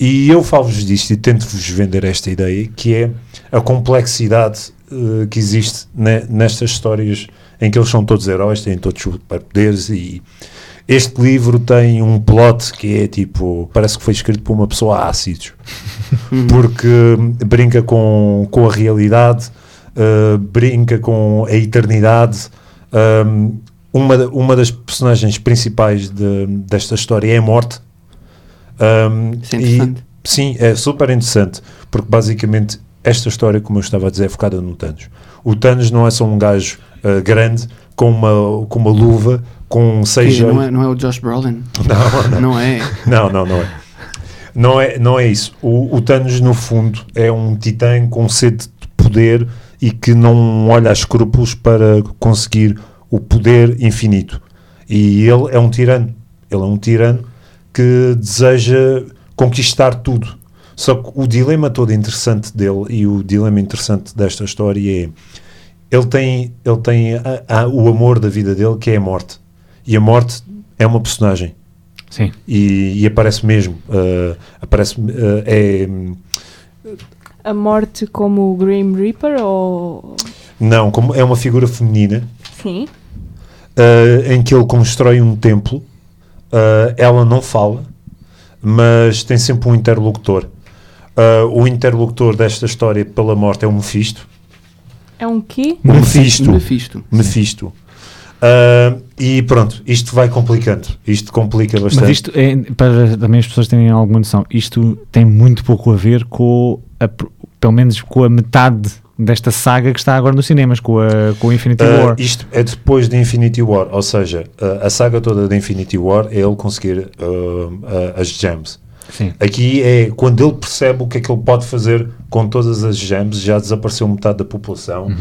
C: E eu falo-vos disto e tento-vos vender esta ideia, que é a complexidade eh, que existe ne- nestas histórias em que eles são todos heróis, têm todos superpoderes e, Este livro tem um plot que é tipo, parece que foi escrito por uma pessoa a ácidos, porque hum, brinca com, com a realidade, uh, brinca com a eternidade. Um, uma, uma das personagens principais de- desta história é a morte. Um,
B: Isso é
C: e-
B: interessante.
C: sim, é super interessante, porque basicamente esta história, como eu estava a dizer, é focada no Thanos. O Thanos não é só um gajo uh, grande com uma, com uma luva, com seis
B: Que não,
C: olhos.
B: é, não é o Josh Brolin?
C: Não, não.
B: Não é?
C: Não, não, não é. Não é, não é isso. O, o Thanos, no fundo, é um titã com sede de poder e que não olha a escrúpulos para conseguir o poder infinito. E ele é um tirano. Ele é um tirano que deseja conquistar tudo. Só que o dilema todo interessante dele e o dilema interessante desta história é ele tem, ele tem a- a- o amor da vida dele que é a morte. E a morte é uma personagem
D: Sim.
C: e, e aparece mesmo. uh, aparece, uh, é, hum,
E: A morte como o Grim Reaper ou.
C: não, como é uma figura feminina
E: Sim.
C: uh, em que ele constrói um templo. uh, ela não fala, mas tem sempre um interlocutor. Uh, o interlocutor desta história pela morte é o Mephisto.
E: É um quê?
C: Mephisto.
B: Mephisto.
C: Mephisto. Uh, e pronto, isto vai complicando. Isto complica bastante.
D: Mas isto, é, para também as pessoas terem alguma noção, isto tem muito pouco a ver com, a pr- pelo menos com a metade desta saga que está agora nos cinemas, com, a, com o Infinity
C: Uh,
D: War.
C: isto é depois de Infinity War, ou seja, uh, a saga toda de Infinity War é ele conseguir uh, uh, as gems.
D: Sim.
C: Aqui é quando ele percebe o que é que ele pode fazer com todas as gems, já desapareceu metade da população.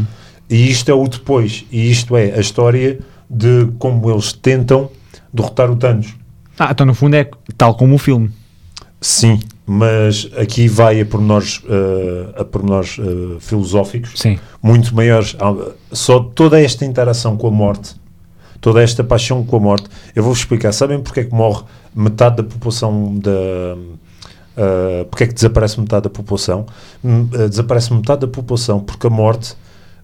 C: E isto é o depois, e isto é a história de como eles tentam derrotar o Thanos.
D: Ah, então no fundo é tal como o filme.
C: Sim, mas aqui vai a pormenores, uh, a pormenores uh, filosóficos
D: Sim.
C: muito maiores. Há- Só toda esta interação com a morte, toda esta paixão com a morte, eu vou-vos explicar. Sabem porque é que morre metade da população da. ah, porque é que desaparece metade da população? Hum, ah, Desaparece metade da população porque a morte.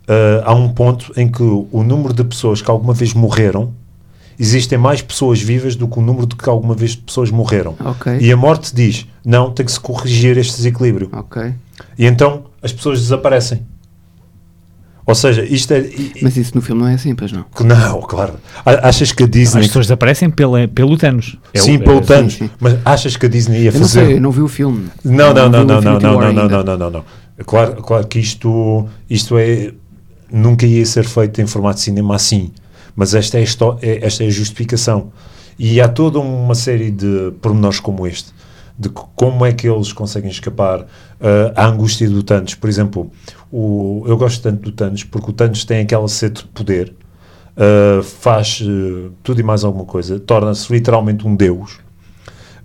C: ah, há um ponto em que o número de pessoas que alguma vez morreram existem mais pessoas vivas do que o número de que alguma vez de pessoas morreram.
B: Ah, Ok.
C: E a morte diz: não, tem que se corrigir este desequilíbrio.
B: Ok.
C: E então as pessoas desaparecem. Ou seja, isto é. i- i-
B: Mas isso no filme não é assim, pois não?
C: Não, claro. A- Achas que a
D: As
C: Disney. um-
D: pessoas desaparecem pela, pelo Thanos. É o-
C: sim,
D: é-
C: pelo Thanos.
B: sim.
C: Mas achas que a Disney ia
B: Eu não sei,
C: fazer.
B: eu não vi o filme.
C: Não,
B: vi o
C: não, não, não, não,
B: Infinity
C: não,
B: War
C: não, não,
B: ainda.
C: não, não, não, não. Claro, claro que isto, isto é. Nunca ia ser feito em formato de cinema assim. Mas esta é, a histó- é- esta é a justificação. E há toda uma série de pormenores como este. De co- como é que eles conseguem escapar ah, à angústia do Thanos. Por exemplo, o, eu gosto tanto do Thanos porque o Thanos tem aquela sede de poder. ah, faz eh, tudo e mais alguma coisa. Torna-se literalmente um deus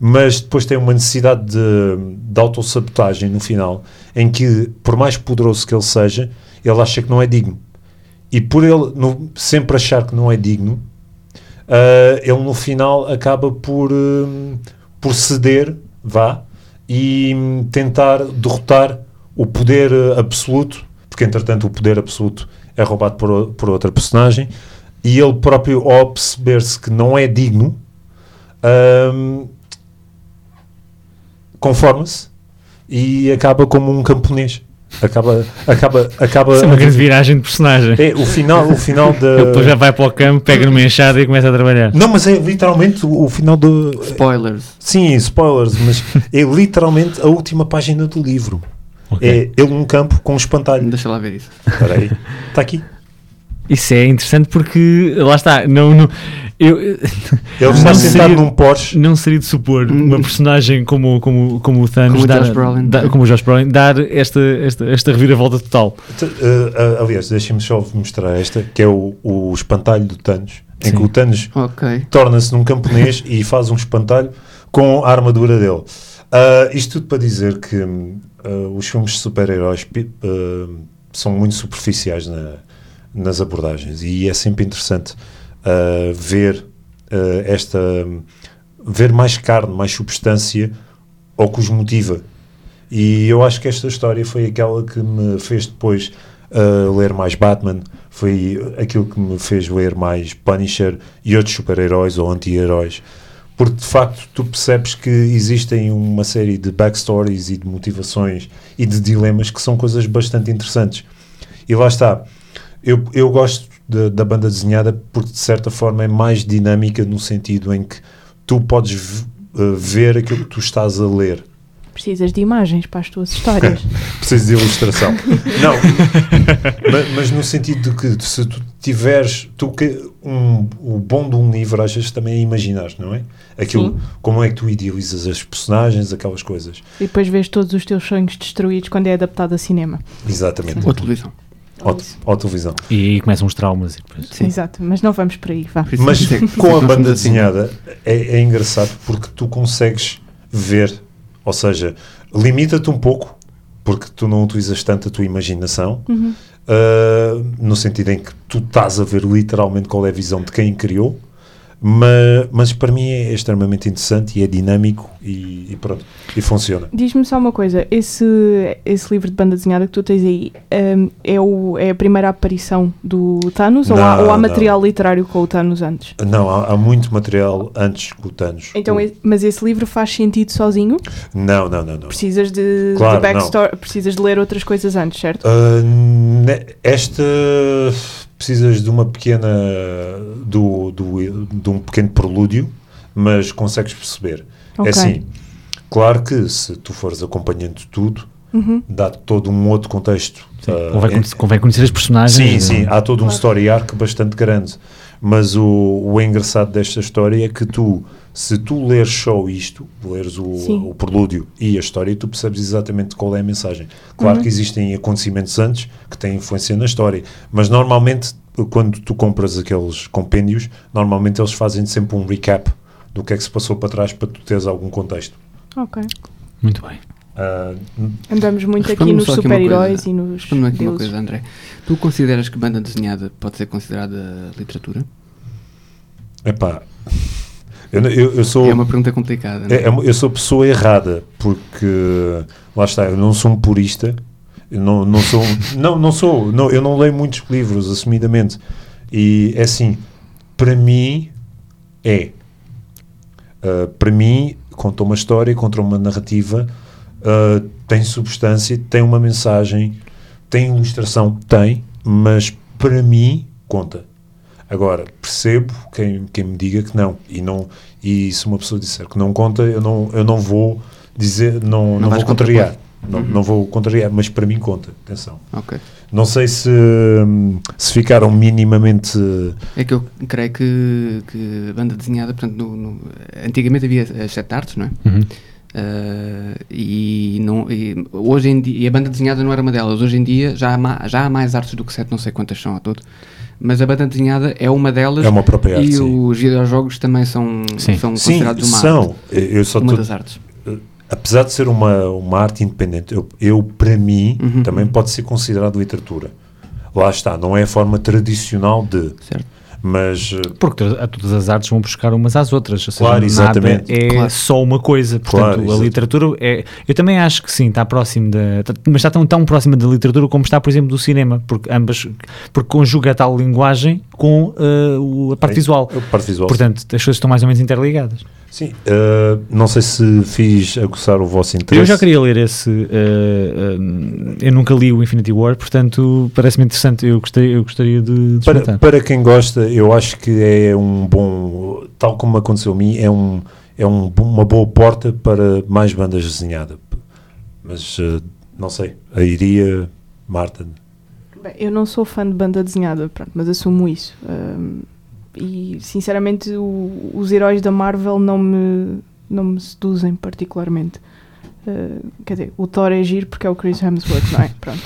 C: mas depois tem uma necessidade de, de autossabotagem no final, em que, por mais poderoso que ele seja, ele acha que não é digno. E por ele no- sempre achar que não é digno, ah, ele no final acaba por, hum, por ceder, vá, e hum, tentar derrotar o poder eh, absoluto, porque entretanto o poder absoluto é roubado por, o- por outra personagem, e ele próprio, ao perceber-se que não é digno, hum, conforma-se e acaba como um camponês. Acaba, acaba, acaba.
D: Isso é uma grande viragem de personagem.
C: É, o final, o final
D: Ele depois já
C: da.
D: vai para o campo, pega numa enxada e começa a trabalhar.
C: Não, mas é literalmente o, o final do.
B: Spoilers.
C: Sim, spoilers, mas é literalmente a última página do livro.
D: Ok.
C: É ele num campo com um espantalho.
B: Deixa lá ver isso.
C: Espera aí. Está aqui.
D: Isso é interessante porque, lá está, não, não- eu,
C: Ele está
D: Não
C: sentado
D: seria-
C: num Porsche.
D: não seria de supor
B: Hum.
D: uma personagem como, como, como o Thanos
B: Como o
D: dar,
B: Josh Brolin.
D: dar- como o Josh Brolin dar esta, esta, esta reviravolta total.
C: Te- eh, ah, aliás, deixem-me só vos mostrar esta, que é o, o espantalho do Thanos, em
D: Sim.
C: que o Thanos
B: Ok.
C: torna-se num camponês e faz um espantalho com a armadura dele. Ah, isto tudo para dizer que hum, ah, os filmes de super-heróis pi- ah, são muito superficiais na- nas abordagens e é sempre interessante ah, ver ah, esta hum, ver mais carne, mais substância ao que os motiva. E eu acho que esta história foi aquela que me fez depois uh, ler mais Batman, foi aquilo que me fez ler mais Punisher e outros super-heróis ou anti-heróis. Porque de facto tu percebes que existem uma série de backstories e de motivações e de dilemas que são coisas bastante interessantes. E lá está. Eu, eu gosto de, da banda desenhada porque de certa forma é mais dinâmica no sentido em que tu podes uh, ver aquilo que tu estás a ler
E: precisas de imagens para as tuas histórias.
C: Precisas de ilustração. Não, mas, mas, no sentido de que se tu tiveres, tu que um, o bom de um livro às vezes também é imaginar, não é? Aquilo, Sim. como é que tu idealizas as personagens, aquelas coisas.
E: E depois vês todos os teus sonhos destruídos quando é adaptado a cinema.
C: Exatamente.
B: Ou televisão.
C: Ou televisão.
D: E, e começam os traumas. E depois...
E: Sim. Exato, mas não vamos por aí, vá.
C: Mas com a banda desenhada é, é engraçado porque tu consegues ver ou seja, limita-te um pouco, porque tu não utilizas tanto a tua imaginação, uhum. uh, no sentido em que tu estás a ver literalmente qual é a visão de quem criou, mas, mas para mim é extremamente interessante e é dinâmico e, e pronto, e funciona.
E: Diz-me só uma coisa, esse, esse livro de banda desenhada que tu tens aí um, é, o, é a primeira aparição do Thanos não, ou, há, ou há material literário com o Thanos antes?
C: Não, há, há muito material antes com o Thanos.
E: Então,
C: o...
E: É, mas esse livro faz sentido sozinho?
C: Não, não, não. não.
E: Precisas de, claro, de backstory, não. precisas de ler outras coisas antes, certo?
C: Uh, esta precisas de uma pequena do, do, de um pequeno prelúdio, mas consegues perceber. Okay. É assim, claro que se tu fores acompanhando tudo, uhum. dá todo um outro contexto. ah,
D: Sim, uh, convém, é, convém, conhecer as personagens.
C: Sim, sim,
B: é?
C: há todo um claro. story arc bastante grande. Mas o, o engraçado desta história é que tu, se tu leres só isto, leres o, sim. o prelúdio e a história, tu percebes exatamente qual é a mensagem. Claro uhum. que existem acontecimentos antes que têm influência na história, mas normalmente, quando tu compras aqueles compêndios, normalmente eles fazem sempre um recap do que é que se passou para trás para tu teres algum contexto. Ah, hum,
E: Ok.
D: Muito bem.
E: Uh, Andamos muito aqui nos super-heróis e nos.
B: Responde-me aqui uma coisa, André. Tu consideras que banda desenhada pode ser considerada literatura?
C: É pá. Eu, eu, eu sou,
B: é uma pergunta complicada.
C: É? É, eu sou pessoa errada, porque lá está, eu não sou um purista, eu não, não sou. um, não, não sou. Não, eu não leio muitos livros, assumidamente. E é assim, para mim é. Uh, para mim, conta uma história, conta uma narrativa. Uh, tem substância, tem uma mensagem, tem ilustração, tem, mas para mim conta. Agora, percebo quem, quem me diga que não e, não. e se uma pessoa disser que não conta, eu não, eu não vou dizer, não, não, não vou contrariar. Não, uhum. não vou contrariar, mas para mim conta, atenção.
B: Okay.
C: Não sei se, hum, se ficaram minimamente.
B: É que eu creio que, que banda desenhada, portanto, no, no, antigamente havia as sete artes, não é? Uhum. Uh, e, não, e hoje em dia, e a banda desenhada não era uma delas. Hoje em dia já há, ma, já há mais artes do que sete, não sei quantas são a todo. Mas a banda desenhada é uma delas.
C: É uma própria arte.
B: E sim. os videojogos também são,
D: sim.
B: são considerados
C: sim,
B: uma
C: são.
B: arte.
C: Eu só
B: uma tô, das artes.
C: Apesar de ser uma, uma arte independente, eu, eu para mim, uhum. também pode ser considerado literatura. Lá está, não é a forma tradicional de.
B: Certo
C: mas eh,
D: porque a todas as artes vão buscar umas às outras, ou
C: claro,
D: seja, nada é claro. só uma coisa. Portanto, claro, a exatamente. literatura é, eu também acho que sim, está próximo da, mas está tão, tão próxima da literatura como está, por exemplo, do cinema, porque ambas, porque conjuga a tal linguagem com uh, a
C: É
D: parte sim, visual.
C: A parte visual.
D: Portanto, as coisas estão mais ou menos interligadas.
C: Sim, uh, não sei se fiz aguçar o vosso interesse.
D: Eu já queria ler esse. Uh, uh, eu nunca li o Infinity War, portanto parece-me interessante. Eu gostaria, eu gostaria de. de
C: para, para, quem gosta, eu acho que é um bom. Tal como aconteceu a mim, é, um, é um, uma boa porta para mais bandas desenhadas. Mas eh, não sei, a iria Marta.
E: Bem, eu não sou fã de banda desenhada, pronto, mas assumo isso. Um e sinceramente o, os heróis da Marvel não me, não me seduzem particularmente. Uh, quer dizer, o Thor é giro porque é o Chris Hemsworth, não é? Pronto,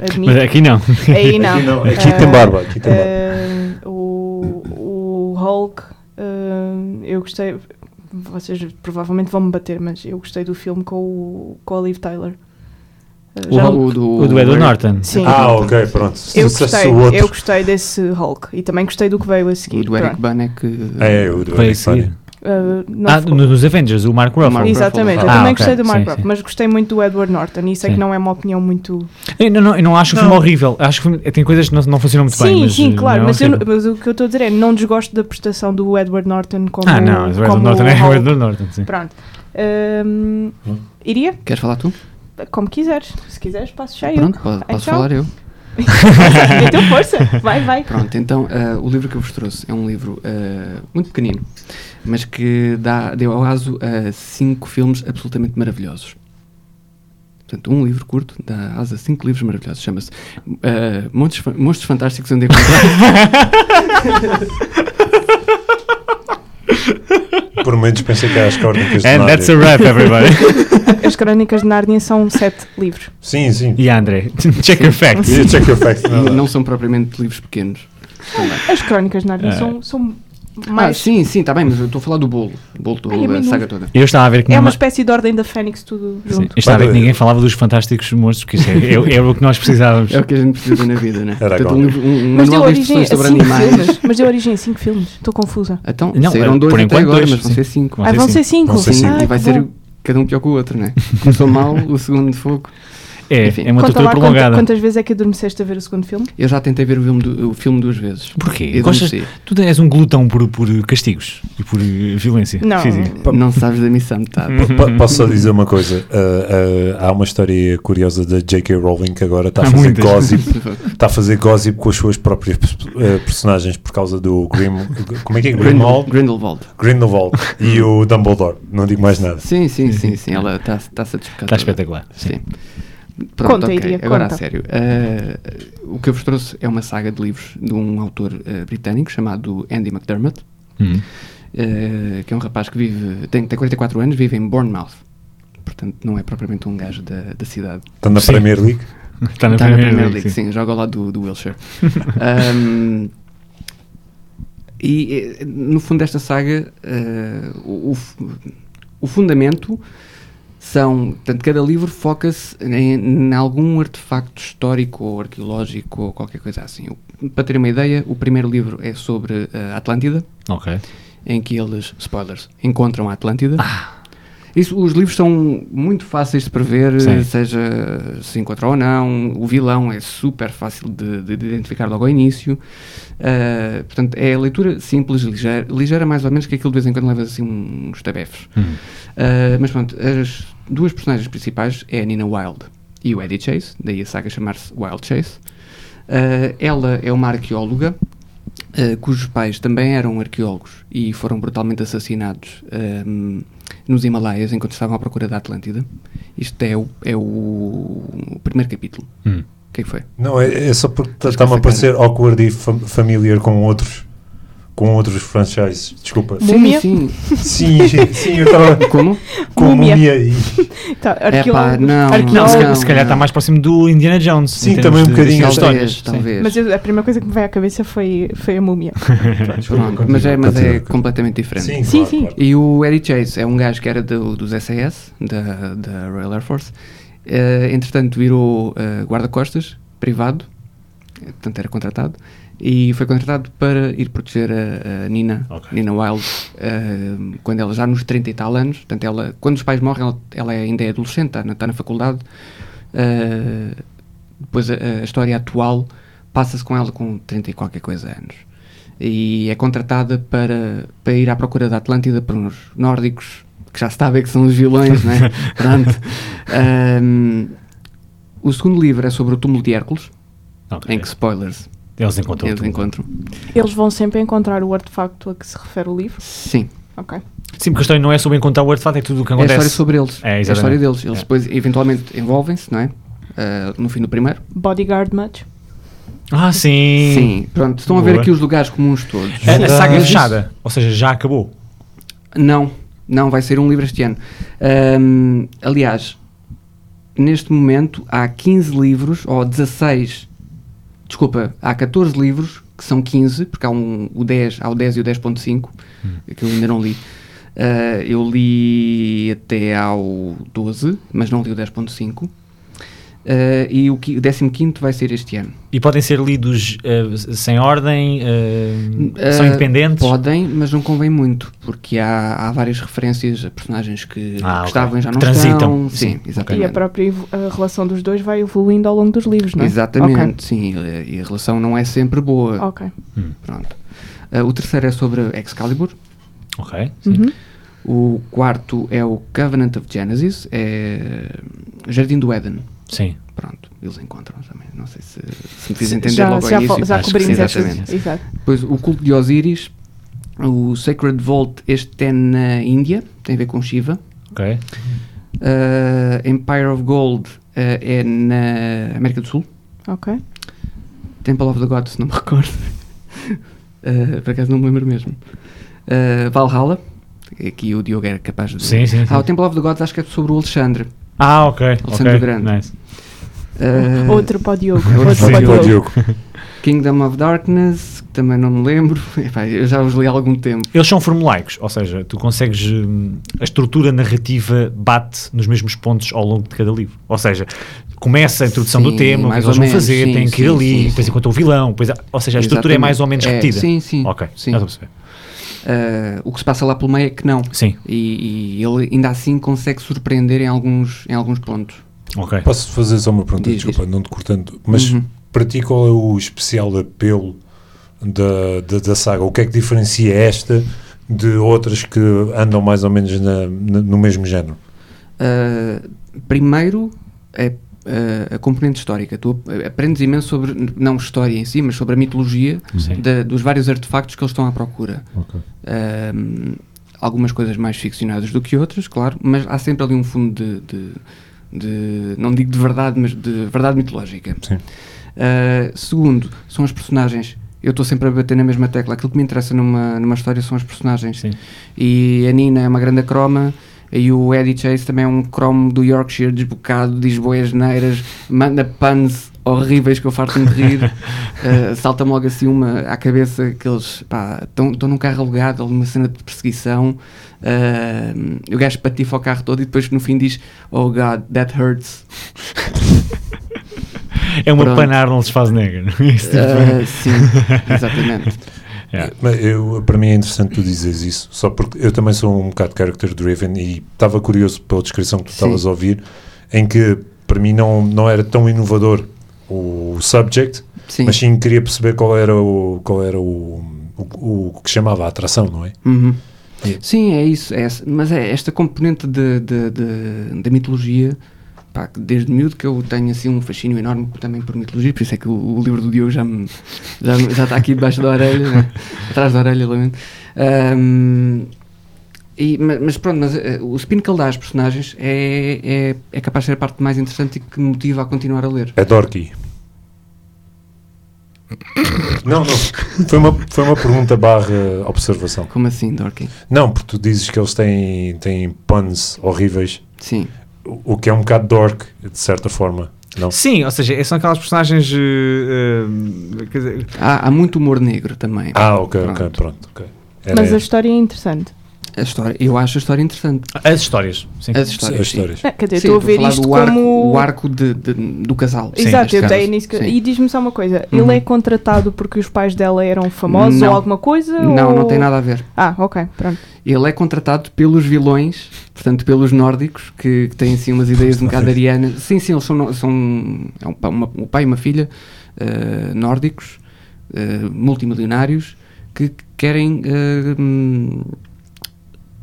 E: admito.
D: Mas aqui não.
E: Aí não.
C: Aqui, não. Eh,
E: Uh,
C: aqui tem barba. Aqui tem
E: barba. Uh, o, o Hulk, ah, eu gostei. Vocês provavelmente vão me bater, mas eu gostei do filme com o, com o Liv Tyler. Ah,
D: O, Já, o, do, o do Edward Norton.
E: Sim.
C: Ah, ok, pronto.
E: Eu gostei, eu gostei desse Hulk e também gostei do que veio a seguir.
B: O do Eric Bana é que.
D: assim.
C: É, o do Eric Bana.
E: Uh, não
D: Ah,
E: ficou-
D: no- nos Avengers, o Mark Ruffalo.
B: Mark-
E: Exatamente, eu
D: Ah,
E: também
D: ok,
E: gostei do Mark
D: sim,
E: Ruffalo,
D: sim.
E: mas gostei muito do Edward Norton e sei
D: Sim.
E: que não é uma opinião muito...
D: Eu não, não, eu não acho o
C: Não.
D: filme horrível. Acho que o filme- tem coisas que não, não funcionam muito
E: sim,
D: bem. mas,
E: sim,
D: eh,
E: claro,
D: não é
E: mas, eu-
D: horrível.
E: mas o que eu estou a dizer é não desgosto da prestação do Edward Norton como
D: Ah, não, o Edward
E: como
D: Norton é
E: Hulk.
D: o Edward Norton, sim.
E: Pronto. Hum,
C: Hum.
E: iria?
B: Queres falar tu?
E: Como quiseres. Se quiseres, passo cheio.
B: Pronto, po- posso
E: Então.
B: falar eu.
E: Então, força. Vai, vai.
B: Pronto, então ah, o livro que eu vos trouxe é um livro ah, muito pequenino, mas que dá, deu ao aso a cinco filmes absolutamente maravilhosos. Portanto, um livro curto dá asa a cinco livros maravilhosos. Chama-se ah, Montes Fa- Monstros Fantásticos Onde Encontrar.
C: Por momentos pensei que era as crónicas de
D: And
C: Nárnia.
D: that's a wrap, everybody.
E: As Crónicas de Nárnia são sete livros.
C: Sim, sim.
D: e André, check your facts.
C: E check your facts.
B: Não, não são propriamente livros pequenos. Também.
E: As Crónicas de Nárnia
D: É.
E: são, são
B: Ah,
E: mais...
B: sim, sim, está bem, mas eu estou a falar do bolo. O bolo
E: Ai, é a
B: toda,
E: mim
B: a
E: não-
B: saga toda.
D: Eu estava a ver que
E: É
D: não-
E: uma espécie de Ordem da Fênix tudo
D: Sim,
E: junto.
D: eu estava a ver que
C: Para-
D: ninguém falava dos fantásticos monstros, que isso é, é- era o que nós precisávamos.
B: É o que a gente precisa na vida, né?
C: Era
B: Portanto,
C: agora.
B: um, livro- um, um
E: Mas deu
B: manual de
E: origem a
B: instruções sobre
E: cinco
B: animais.
E: filmes. Mas deu origem a cinco filmes. Estou confusa.
B: Então,
D: Não,
B: saíram dois
D: por
B: até
D: enquanto
B: agora,
D: dois,
B: mas vão
D: sim.
B: ser cinco.
D: Vão
E: Ah,
D: ser
E: vão
D: cinco.
E: ser cinco?
C: Vão ser
B: Sim,
C: cinco.
E: Ah,
B: e vai
E: que
B: ser
E: bom.
B: cada um pior que o outro, né? Começou mal, o segundo de fogo.
D: É,
B: Enfim.
D: é uma
E: Conta
D: tortura
E: lá quanta-
D: prolongada.
E: quantas vezes é que adormeceste a ver o segundo filme?
B: Eu já tentei ver o filme, du- o filme duas vezes.
D: Porquê?
B: Eu
D: Gostas,
B: adormeci.
D: tu és um glutão por, por castigos e por eh, violência
E: Não.
D: física.
B: Não sabes da missão metade.
C: Pa- Posso só dizer uma coisa? Uh, uh, há uma história curiosa da J.K. Rowling que agora está a
D: Há
C: fazer
D: muitas.
C: gossip, está a fazer gossip com as suas próprias pers- uh, personagens por causa do Grim, como é que é?
B: Grindel-
C: Grimwald,
B: Grindelwald.
C: Grindelwald e o Dumbledore. Não digo mais nada.
B: Sim, sim, sim, sim. Ela está tá satisfeita.
D: Está espetacular.
B: Sim. Pronto,
E: Conta,
B: ok.
E: Iria,
B: Agora
E: conta.
B: a sério. Ah, o que eu vos trouxe é uma saga de livros de um autor ah, britânico chamado Andy McDermott,
D: Hum.
B: ah, que é um rapaz que vive, tem, tem 44 anos, vive em Bournemouth. Portanto, não é propriamente um gajo da, da cidade.
C: Está na
D: Sim.
C: Premier League.
D: Está na
B: Está na
D: primeira,
B: Premier League, sim. Joga ao lado do, do Wilshire. Ahm, e, eh, no fundo desta saga, eh, o, o fu- o fundamento são... Portanto, cada livro foca-se em, em algum artefacto histórico ou arqueológico ou qualquer coisa assim. O- para ter uma ideia, o primeiro livro é sobre a Atlântida,
D: Ok.
B: em que eles, spoilers, encontram a Atlântida. Isso, os livros são muito fáceis de prever,
D: Sim.
B: seja se encontra ou não. O vilão é super fácil de, de identificar logo ao início. Ah, portanto, é a leitura simples, ligeira, ligeira mais ou menos, que aquilo de vez em quando leva assim uns tabefes. Ah, mas pronto, as duas personagens principais é a Nina Wilde e o Eddie Chase, daí a saga chamar-se Wild Chase. Ah, ela é uma arqueóloga ah, cujos pais também eram arqueólogos e foram brutalmente assassinados ahm, nos Himalaias enquanto estavam à procura da Atlântida. Isto é o, é o, o primeiro capítulo.
D: Hum.
B: O que é que foi?
C: Não, é, é só porque tá-
B: Mas
C: está-me a
B: com essa
C: parecer awkward e fam familiar com outros, com outros franchises. Desculpa.
E: Múmia?
B: Sim,
C: Sim, sim, eu estava
B: sim. Como?
C: com
E: Múmia.
C: múmia. múmia e...
E: Tá,
B: Epá,
E: arqueólogo.
B: não,
E: arqueólogo.
D: Não, se,
B: Não,
D: se calhar
B: não.
D: está mais próximo do Indiana Jones.
C: Sim,
D: em termos
C: também um
D: de-
C: bocadinho.
D: de histórias,
B: Talvez,
D: sim.
B: talvez.
E: Mas eu- a primeira coisa que me veio à cabeça foi, foi a múmia.
B: Pronto, mas é, mas é
C: Continua.
B: completamente diferente.
C: Sim,
E: Sim,
C: sim.
E: sim.
B: E o Eddie Chase é um gajo que era do- dos SAS, da, da Royal Air Force. Eh, entretanto, virou eh, guarda-costas, privado, eh, portanto era contratado, e foi contratado para ir proteger a, a Nina,
D: Ok.
B: Nina Wild, eh, quando ela já nos 30 e tal anos, portanto, ela, quando os pais morrem, ela, ela ainda é adolescente, está na, está na faculdade. Eh, depois a, a história atual passa-se com ela com 30 e qualquer coisa anos. E é contratada para, para ir à procura da Atlântida por uns nórdicos, que já se sabe que são os vilões, né? Pronto. Ahm, o segundo livro é sobre o túmulo de Hércules,
D: Ok.
B: em que spoilers
D: Eles encontram
B: eles
D: tudo.
B: encontram.
E: Eles vão sempre encontrar o artefacto a que se refere o livro.
B: Sim.
E: Ok.
D: Sim, porque a história não é sobre encontrar o artefato, é tudo o que
B: É a
D: acontece.
B: história sobre eles.
D: É,
B: É, a
D: exatamente.
B: história deles. Eles
D: É.
B: depois, eventualmente, envolvem-se, não é? Ah, no fim do primeiro.
E: Bodyguard much.
D: Ah, sim.
B: Sim. Pronto, estão a ver
D: Boa.
B: aqui os lugares comuns todos.
D: A, a saga é
B: Mas isso-
D: fechada. Ou seja, já acabou.
B: Não, não, vai sair um livro este ano. Ahm, aliás, neste momento há 15 livros, ou 16, desculpa, há 14 livros, que são 15, porque há um, o 10, há o 10 e o 10.5, que eu ainda não li. Ah, eu li até ao 12, mas não li o 10.5. eh, e o qui- o 15 vai ser este ano.
D: E podem ser lidos eh, sem ordem, eh,
B: Eh,
D: são independentes.
B: Podem, mas não convém muito, porque há, há várias referências a personagens que,
D: Ah,
B: que
D: ok.
B: estavam e já
D: Que
B: não
D: transitam.
B: estão. Sim,
D: Sim,
B: exatamente.
E: E a própria evo- a relação dos dois vai evoluindo ao longo dos livros, não é?
B: Exatamente, sim. E e a relação não é sempre boa.
E: Ok. ok.
B: Pronto. Eh, o terceiro é sobre Excalibur.
D: Ok.
E: Uhum.
B: O quarto é o Covenant of Genesis, é Jardim do Éden.
D: Sim.
B: Pronto, eles encontram também. Não sei se, se me fiz entender
E: já,
B: logo
E: já,
B: ao
E: fal-
B: início.
E: já
D: Acho que
E: cobrimos
D: sim,
E: estas.
B: exatamente.
E: Exato.
B: Depois o culto de Osíris, o Sacred Vault, este é na Índia, tem a ver com Shiva.
D: Ok.
B: Ah, Empire of Gold ah, é na América do Sul.
E: Ok.
B: Temple of the Gods, se não me recordo. Ah, por acaso não me lembro mesmo. Ah, Valhalla, aqui o Diogo era capaz de.
D: Sim, sim, sim.
B: Ah, o Temple of the Gods acho que é sobre o Alexandre.
D: Ah, ok.
B: Alexandre
D: ok,
B: Grande.
D: nice.
B: Ah,
E: Outro para o Diogo.
B: Outro
E: Outro
B: para
E: para o
C: Sim,
E: Diogo.
C: Diogo.
B: Kingdom of Darkness, que também não me lembro. Epá, eu já os li há algum tempo.
D: Eles são formulaicos, ou seja, tu consegues. hum, A estrutura narrativa bate nos mesmos pontos ao longo de cada livro. Ou seja, começa a introdução
B: Sim,
D: do tema, o que
B: mais
D: eles
B: ou
D: vão
B: menos,
D: fazer,
B: sim,
D: têm que ir
B: sim,
D: ali,
B: sim,
D: depois
B: sim.
D: encontram o vilão. Depois, há- ou seja, a estrutura é mais ou menos
B: É,
D: repetida.
B: sim, sim.
D: Ok,
B: Sim.
D: já estou a perceber.
B: Ah, o que se passa lá pelo meio é que não.
D: Sim,
B: E, e ele ainda assim consegue surpreender em alguns, em alguns pontos.
D: ok.
C: Posso fazer só uma pergunta,
B: Diz,
C: desculpa, não te cortando, mas
B: Uhum.
C: para ti qual é o especial apelo da, da, da saga? O que é que diferencia esta de outras que andam mais ou menos na- na- no mesmo género?
B: Ah, primeiro é ah, a componente histórica. Tu ap- aprendes imenso sobre, não história em si, mas sobre a mitologia
D: Sim.
B: da- dos vários artefactos que eles estão à procura. Ah, algumas coisas mais ficcionadas do que outras, claro, mas há sempre ali um fundo de, de- de- não digo de verdade, mas de verdade mitológica.
C: Sim.
B: Ah, segundo, são os personagens. Eu estou sempre a bater na mesma tecla. Aquilo que me interessa numa, numa história são os personagens.
D: Sim.
B: E a Nina é uma grande croma. E o Eddie Chase também é um cromo do Yorkshire desbocado, diz boias neiras, manda puns horríveis que eu farto-me de rir. Ah, Salta-me logo assim uma à cabeça que eles estão num carro alugado, ali uma cena de perseguição. ah, e o gajo patifa o carro todo e depois no fim diz: Oh God, that hurts.
D: É uma
B: Pronto.
D: pan Arnold Schwarzenegger. não é? Esse tipo
B: Ah, sim, exatamente.
D: É.
C: Mas eu- para mim é interessante tu dizeres isso, só porque eu também sou um bocado character driven e estava curioso pela descrição que tu
B: Sim.
C: estavas a ouvir, em que para mim não, não era tão inovador o subject,
B: Sim.
C: mas sim queria perceber qual era o qual era o, o, o que chamava a atração, não é?
B: Uhum.
C: E-
B: Sim, é isso. é essa- mas é esta componente de, de, de- da mitologia, pá, que desde miúdo que eu tenho assim um fascínio enorme também por mitologia, por isso é que o, o livro do Diogo já, me, já, me- já está aqui debaixo da orelha, né? atrás da orelha, lamento. Ahm, e, ma- mas, pronto, mas, eh, o spin que ele dá às personagens é, é, é capaz de ser a parte mais interessante e que me motiva a continuar a ler.
C: É Dorky. não, não. Foi uma, foi uma pergunta barra observação.
B: Como assim, Dorking?
C: Não, porque tu dizes que eles têm, têm puns horríveis,
B: Sim.
C: o o que é um bocado dork, de certa forma. Não?
D: Sim, ou seja, são aquelas personagens. eh, eh, quer dizer,
B: Há, há muito humor negro também.
C: Ah, ok, ok,
B: Pronto.
C: pronto. ok. Era
E: Mas a
C: essa.
E: história é interessante.
B: A história, eu acho a história interessante.
D: as histórias. Sim.
B: As histórias.
C: as
B: sim.
C: histórias.
E: Não, Ah, quer dizer,
B: Sim,
E: estou a
B: a
E: ver
B: falar
E: isto
B: do arco,
E: como.
B: o arco de- de- do casal.
D: Sim,
E: Exato, eu
B: neste
E: dei
B: caso.
E: nisso. que-
B: Sim.
E: E diz-me só uma coisa:
B: Uhum.
E: ele é contratado porque os pais dela eram famosos
B: Não.
E: ou alguma coisa?
B: Não,
E: ou...
B: não tem nada a ver.
E: Ah, ok, pronto.
B: Ele é contratado pelos vilões, portanto, pelos nórdicos, que, que têm assim umas ideias um bocado arianas. Sim, sim, eles são, nó- são é um, pa- uma- um pai e uma filha eh, nórdicos, eh, multimilionários, que querem eh, hum,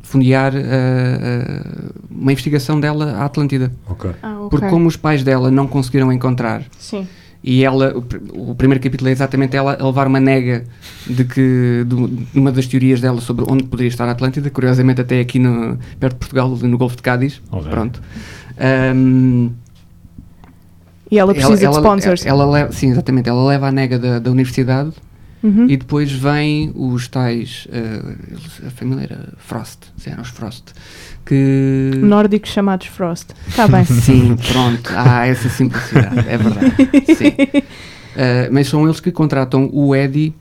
B: fundear eh, eh, uma investigação dela à Atlântida.
C: Ok.
E: Ah, ok.
B: Porque como os pais dela não conseguiram encontrar
E: Sim.
B: E ela, o pr- o primeiro capítulo é exatamente ela a levar uma nega de que de um- de uma das teorias dela sobre onde poderia estar a Atlântida, curiosamente até aqui no, perto de Portugal, ali no Golfo de Cádiz.
D: Ok.
B: Pronto. Ahm,
E: E ela precisa de sponsors.
B: Ela, leva- sim, exatamente. Ela leva a nega da, da universidade
E: Uhum.
B: e depois vêm os tais. ah, eles- a família era Frost, sim, eram os Frost. Que.
E: Nórdicos chamados Frost. Está bem.
B: Sim, pronto, há essa simplicidade, é verdade. Sim. Uh, mas são eles que contratam o Eddie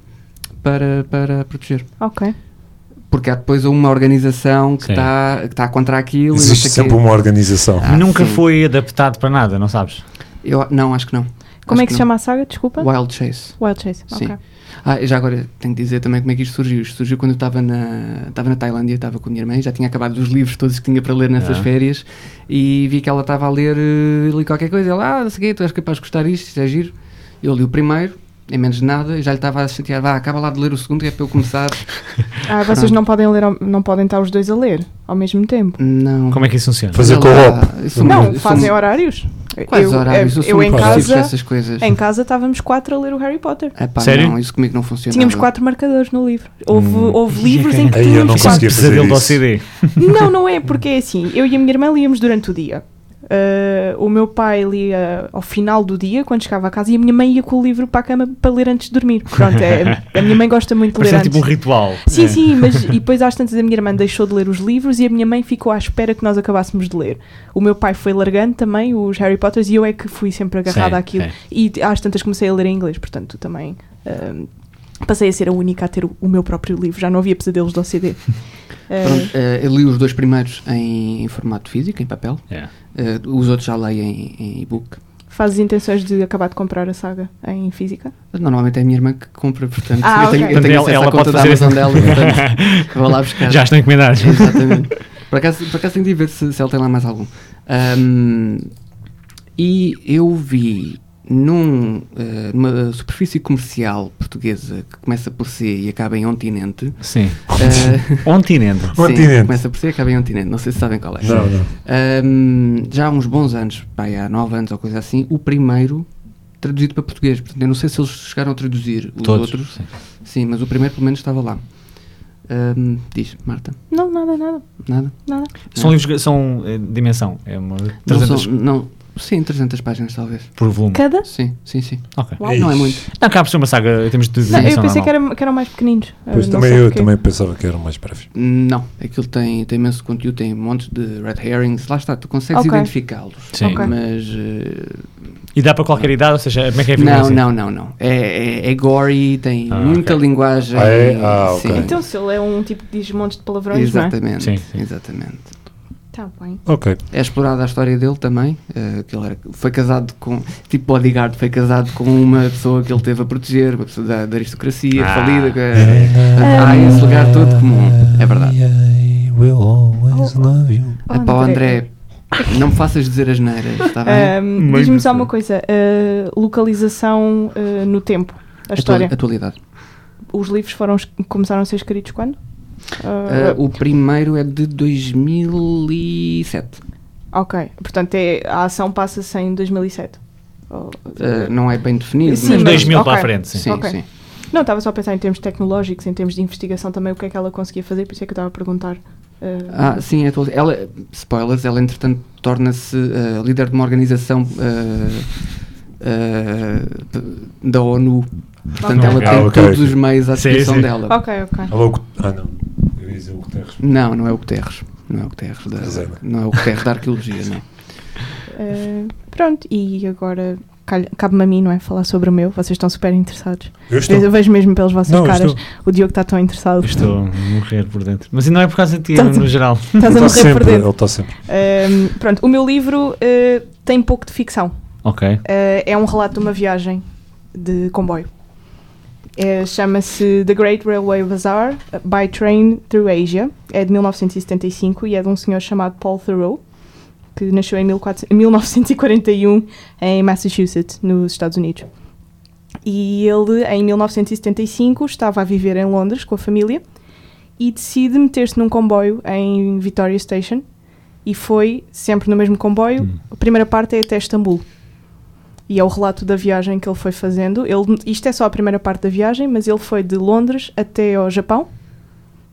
B: para, para proteger.
E: Ok.
B: Porque há depois uma organização que
D: Sim.
B: está que tá contra aquilo. e não
C: Existe
B: sei
C: é sempre
B: quê.
C: uma organização.
B: Ah,
D: Nunca
B: sim.
C: um-
D: foi adaptado para nada, não sabes?
B: Eu, não, acho que não.
E: Como
B: Acho
E: é que se
B: não.
E: chama a saga? Desculpa.
B: Wild Chase.
E: Wild Chase.
B: Sim.
E: Ok.
B: Ah, e já agora tenho que dizer também como é que isto surgiu. Isto surgiu quando eu estava na, estava na Tailândia, estava com a minha irmã e já tinha acabado os livros todos que tinha para ler nessas
D: Ah.
B: férias e vi que ela estava a ler eh, ali qualquer coisa. Ela, ah, não sei o quê, tu és capaz de gostar disto, isto é giro. Eu li o primeiro, em menos de nada, e já lhe estava a chatear, vá, acaba lá de ler o segundo que é para eu começar.
E: Ah, vocês não podem ler, ao- não podem estar os dois a ler ao mesmo tempo.
B: Não.
D: Como é que isso funciona?
C: Pois- Fazer
B: Ela-
C: co-op.
B: eu sou
E: Não,
B: muito- eu sou
E: fazem
B: muito-
E: horários.
B: Quais horários?
E: Eu,
B: Eu, sou
E: em
B: muito positivo
E: casa,
B: para essas coisas.
E: em casa estávamos quatro a ler o Harry Potter.
B: Epá,
D: Sério?
B: Não, isso comigo não funciona.
E: Tínhamos quatro marcadores no livro. Houve,
D: Hum.
E: houve livros em que
C: Ai, eu
E: tínhamos
C: não
D: Isso é um
E: quatro.
C: conseguia fazer
D: pesadelo do
C: isso.
D: OCD.
E: Não, não é, porque é assim. Eu e a minha irmã líamos durante o dia. Ah, o meu pai lia ao final do dia, quando chegava a casa, e a minha mãe ia com o livro para a cama para ler antes de dormir. Pronto, é- a minha mãe gosta muito de ler antes.
D: Parece tipo um ritual.
E: Sim,
D: É.
E: sim, mas e depois às tantas a minha irmã deixou de ler os livros e a minha mãe ficou à espera que nós acabássemos de ler. O meu pai foi largando também os Harry Potters e eu é que fui sempre agarrada
D: Sim,
E: àquilo.
D: é.
E: E às tantas comecei a ler em inglês, portanto também ahm, passei a ser a única a ter o, o meu próprio livro, já não havia pesadelos do OCD. Ah,
B: Pronto, eh, eu li os dois primeiros em, em formato físico, em papel.
D: É.
B: Eh, os outros já leio em, em e-book.
E: fazes intenções de acabar de comprar a saga em física?
B: Mas normalmente é a minha irmã que compra, portanto,
E: Ah,
B: eu tenho,
E: ok.
B: eu tenho acesso
D: Portanto, ela- ela
B: à conta
D: pode
B: da
D: fazer
B: Amazon
D: isso.
B: dela, portanto, vou lá buscar.
D: Já estão encomendados.
B: Exatamente. Por acaso, por acaso tenho de ir ver se, se ela tem lá mais algum. Ahm, e eu vi num, eh, numa superfície comercial portuguesa que começa por C e acaba em ontinente.
D: Sim.
B: eh,
D: Ontinendo.
B: sim,
C: Ontinente.
B: começa por C e acaba em ontinente. Não sei se sabem qual é.
C: Não, não.
B: Ahm, já há uns bons anos, pai, há nove anos ou coisa assim, o primeiro traduzido para português. Portanto, eu não sei se eles chegaram a traduzir os
D: Todos.
B: outros.
D: Sim.
B: Sim, mas o primeiro pelo menos estava lá. Ahm, diz, Marta,
E: Não, nada, nada,
B: nada?
E: nada.
D: São livros que são eh, dimensão. É uma,
B: Não
D: 300
B: são- não, sim, 300 páginas talvez.
D: por volume.
E: Cada?
B: Sim, sim, sim.
D: Ok.
E: Uau.
B: Não é muito.
D: Não, cá por ser uma saga, temos de
E: Não,
D: dimensão
E: eu pensei
D: normal.
E: que, era- que eram mais pequeninos. Ah,
C: Pois
E: não
C: também
E: sei
C: eu
E: porquê.
C: também pensava que eram mais breves.
B: Não, aquilo tem, tem imenso conteúdo, tem um monte de red herrings, lá está, tu consegues
E: Ok.
B: identificá-los.
D: Sim.
E: Ok.
B: Mas. eh,
D: E dá para qualquer idade, ou seja, como é que é a
B: não,
D: violência?
B: não, não, não. É, é, é gory, tem
D: Ah,
B: muita
D: ok.
B: linguagem.
C: Ah, é? Ah,
B: sim.
C: ok.
E: Então se ele é um tipo que diz montes de palavrões, não é?
B: Exatamente,
D: Sim, sim.
B: exatamente.
E: Tá bem.
C: Ok.
B: É explorada a história dele também. eh, que ele era- foi casado com, tipo bodyguard, foi casado com uma pessoa que ele teve a proteger, uma pessoa da, da aristocracia,
D: Ah.
B: falida. Que,
E: É. Ah.
B: há Ah, esse lugar todo comum. É verdade.
C: I will always love you.
E: Oh,
B: É para o
E: André.
B: André, não me faças dizer as neiras, está Ah, é? bem?
E: Ahm,
D: Muito
E: Diz-me só
D: bem.
E: uma coisa: ah, localização ah, no tempo,
B: Então,
E: a história.
B: Atual- Atualidade.
E: Os livros foram es- começaram a ser escritos quando?
B: Eh,
E: Ah,
B: o primeiro é de 2007.
E: ok, portanto é- a ação passa-se em 2007. Oh,
B: Eh, não é bem definido.
E: Sim, mas-
D: Uns 2000 para a
E: ok.
D: frente, sim.
B: Sim,
E: Ok.
B: sim.
E: Não, estava só a pensar em termos tecnológicos, em termos de investigação também, o que é que ela conseguia fazer, por isso é que eu estava a perguntar. ah,
B: Ah, sim, é atual- ela, spoilers, ela entretanto torna-se ah, líder de uma organização ah, ah, p- da ONU. Portanto,
E: Ok.
B: ela tem
C: Ah, ok.
B: todos os meios à
D: Sim,
B: disposição
D: sim.
B: dela.
E: ok, ok.
C: Alô, Gu- ah não. Eu ia dizer o Guterres.
B: Não, não é o Guterres. Não é o Guterres da,
C: Pois é, né?
B: não é o Guterres da arqueologia, não. é?
E: Ah, pronto, e agora calha- cabe-me a mim, não é? Falar sobre o meu, vocês estão super interessados.
C: Eu estou.
E: Eu vejo mesmo pelas vossas
C: Não, eu
E: caras.
C: estou.
E: O Diogo está tão interessado.
D: Eu Estou a morrer por dentro. Mas não é por causa de ti,
E: Tá-
D: no geral.
E: Estás a
C: Ele está
E: morrer por
C: sempre. Ele
E: dentro.
C: está sempre.
E: Ahm, pronto, o meu livro ah, tem pouco de ficção.
D: Ok.
E: Ah, é um relato de uma viagem de comboio. É, Chama-se The Great Railway Bazaar uh, by Train Through Asia. É de 1975 e é de um senhor chamado Paul Thoreau, que nasceu em 1400 em 1941 em Massachusetts, nos Estados Unidos. E ele, em 1975, estava a viver em Londres com a família e decide meter-se num comboio em Victoria Station. E foi sempre no mesmo comboio. A primeira parte é até Istambul. E é o relato da viagem que ele foi fazendo. Ele, isto é só a primeira parte da viagem, mas ele foi de Londres até ao Japão,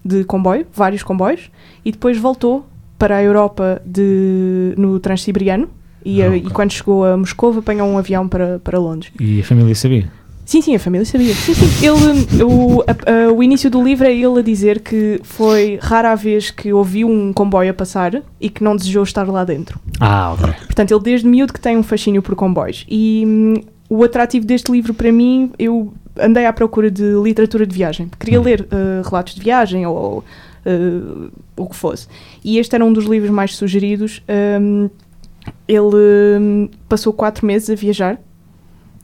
E: de comboio, vários comboios, e depois voltou para a Europa de, no Transsiberiano. E,
D: Ah,
E: a-
D: ok.
E: e quando chegou a Moscou, apanhou um avião para, para Londres.
D: E a família sabia?
E: Sim, sim, a família sabia. Sim, sim. Ele, o, a- a- o início do livro é ele a dizer que foi rara a vez que ouviu um comboio a passar e que não desejou estar lá dentro.
D: Ah, ok.
E: Portanto, ele desde miúdo que tem um fascínio por comboios. E hum, o atrativo deste livro para mim, eu andei à procura de literatura de viagem. Queria ler eh, relatos de viagem ou, ou, eh, o que fosse. E este era um dos livros mais sugeridos. hum, Ele hum, passou quatro meses a viajar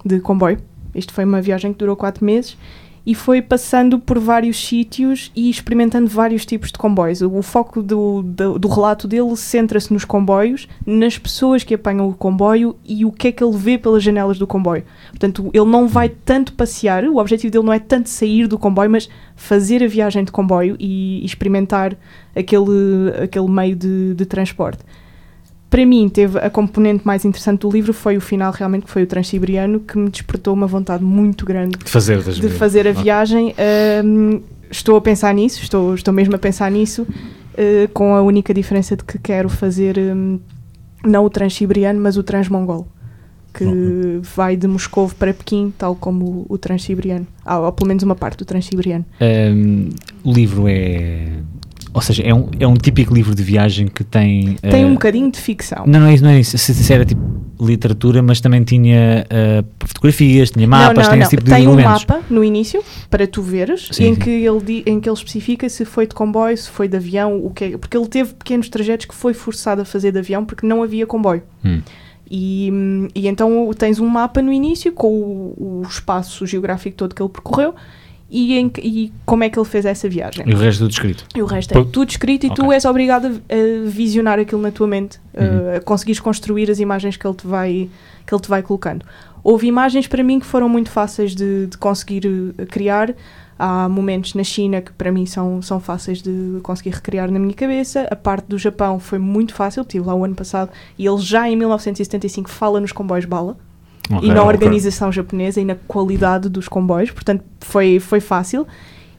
E: de comboio. Isto foi uma viagem que durou quatro meses e foi passando por vários sítios e experimentando vários tipos de comboios. O, o foco do, do, do relato dele centra-se nos comboios, nas pessoas que apanham o comboio e o que é que ele vê pelas janelas do comboio. Portanto, ele não vai tanto passear, o objetivo dele não é tanto sair do comboio, mas fazer a viagem de comboio e, e experimentar aquele, aquele meio de, de transporte para mim teve a componente mais interessante do livro foi o final realmente que foi o Transiberiano que me despertou uma vontade muito grande
D: De fazer, das
E: de
D: mil.
E: fazer a
D: Ok.
E: viagem Hum, estou a pensar nisso estou, estou mesmo a pensar nisso eh, com a única diferença de que quero fazer hum, não o Transiberiano mas o Transmongol que vai de Moscovo para Pequim tal como o, o Transiberiano ah, ou pelo menos uma parte do Transiberiano
D: Ahm, o livro é. Ou seja, é um, é um típico livro de viagem que tem.
E: tem um
D: ah,
E: bocadinho de ficção
D: Não, não é isso, não é isso. Se, se era tipo literatura, mas também tinha ah, fotografias, tinha mapas,
E: não, não,
D: tinha
E: não.
D: esse tipo de
E: Tem um
D: elementos.
E: mapa no início para tu veres
D: Sim,
E: em,
D: sim.
E: Que ele, di- em que ele especifica se foi de comboio, se foi de avião, o que é, porque ele teve pequenos trajetos que foi forçado a fazer de avião porque não havia comboio.
D: Hum.
E: E, hum, e então tens um mapa no início com o, o espaço geográfico todo que ele percorreu e, em que- e como é que ele fez essa viagem.
D: E o resto do descrito.
E: E o resto é
D: Pronto.
E: tudo escrito e tu
D: Ok. Uhum.
E: és obrigado a, a visionar aquilo na tua mente, eh, a- a conseguires construir as imagens que ele te vai, que ele te vai colocando. Houve imagens para mim que foram muito fáceis de, de conseguir eh, criar. Há momentos na China que para mim são, são fáceis de conseguir recriar na minha cabeça. A parte do Japão foi muito fácil, estive lá o ano passado e ele já em 1975 fala nos comboios bala
D: Ok.
E: e na
C: ok.
E: organização japonesa e na qualidade dos comboios, portanto foi, foi fácil.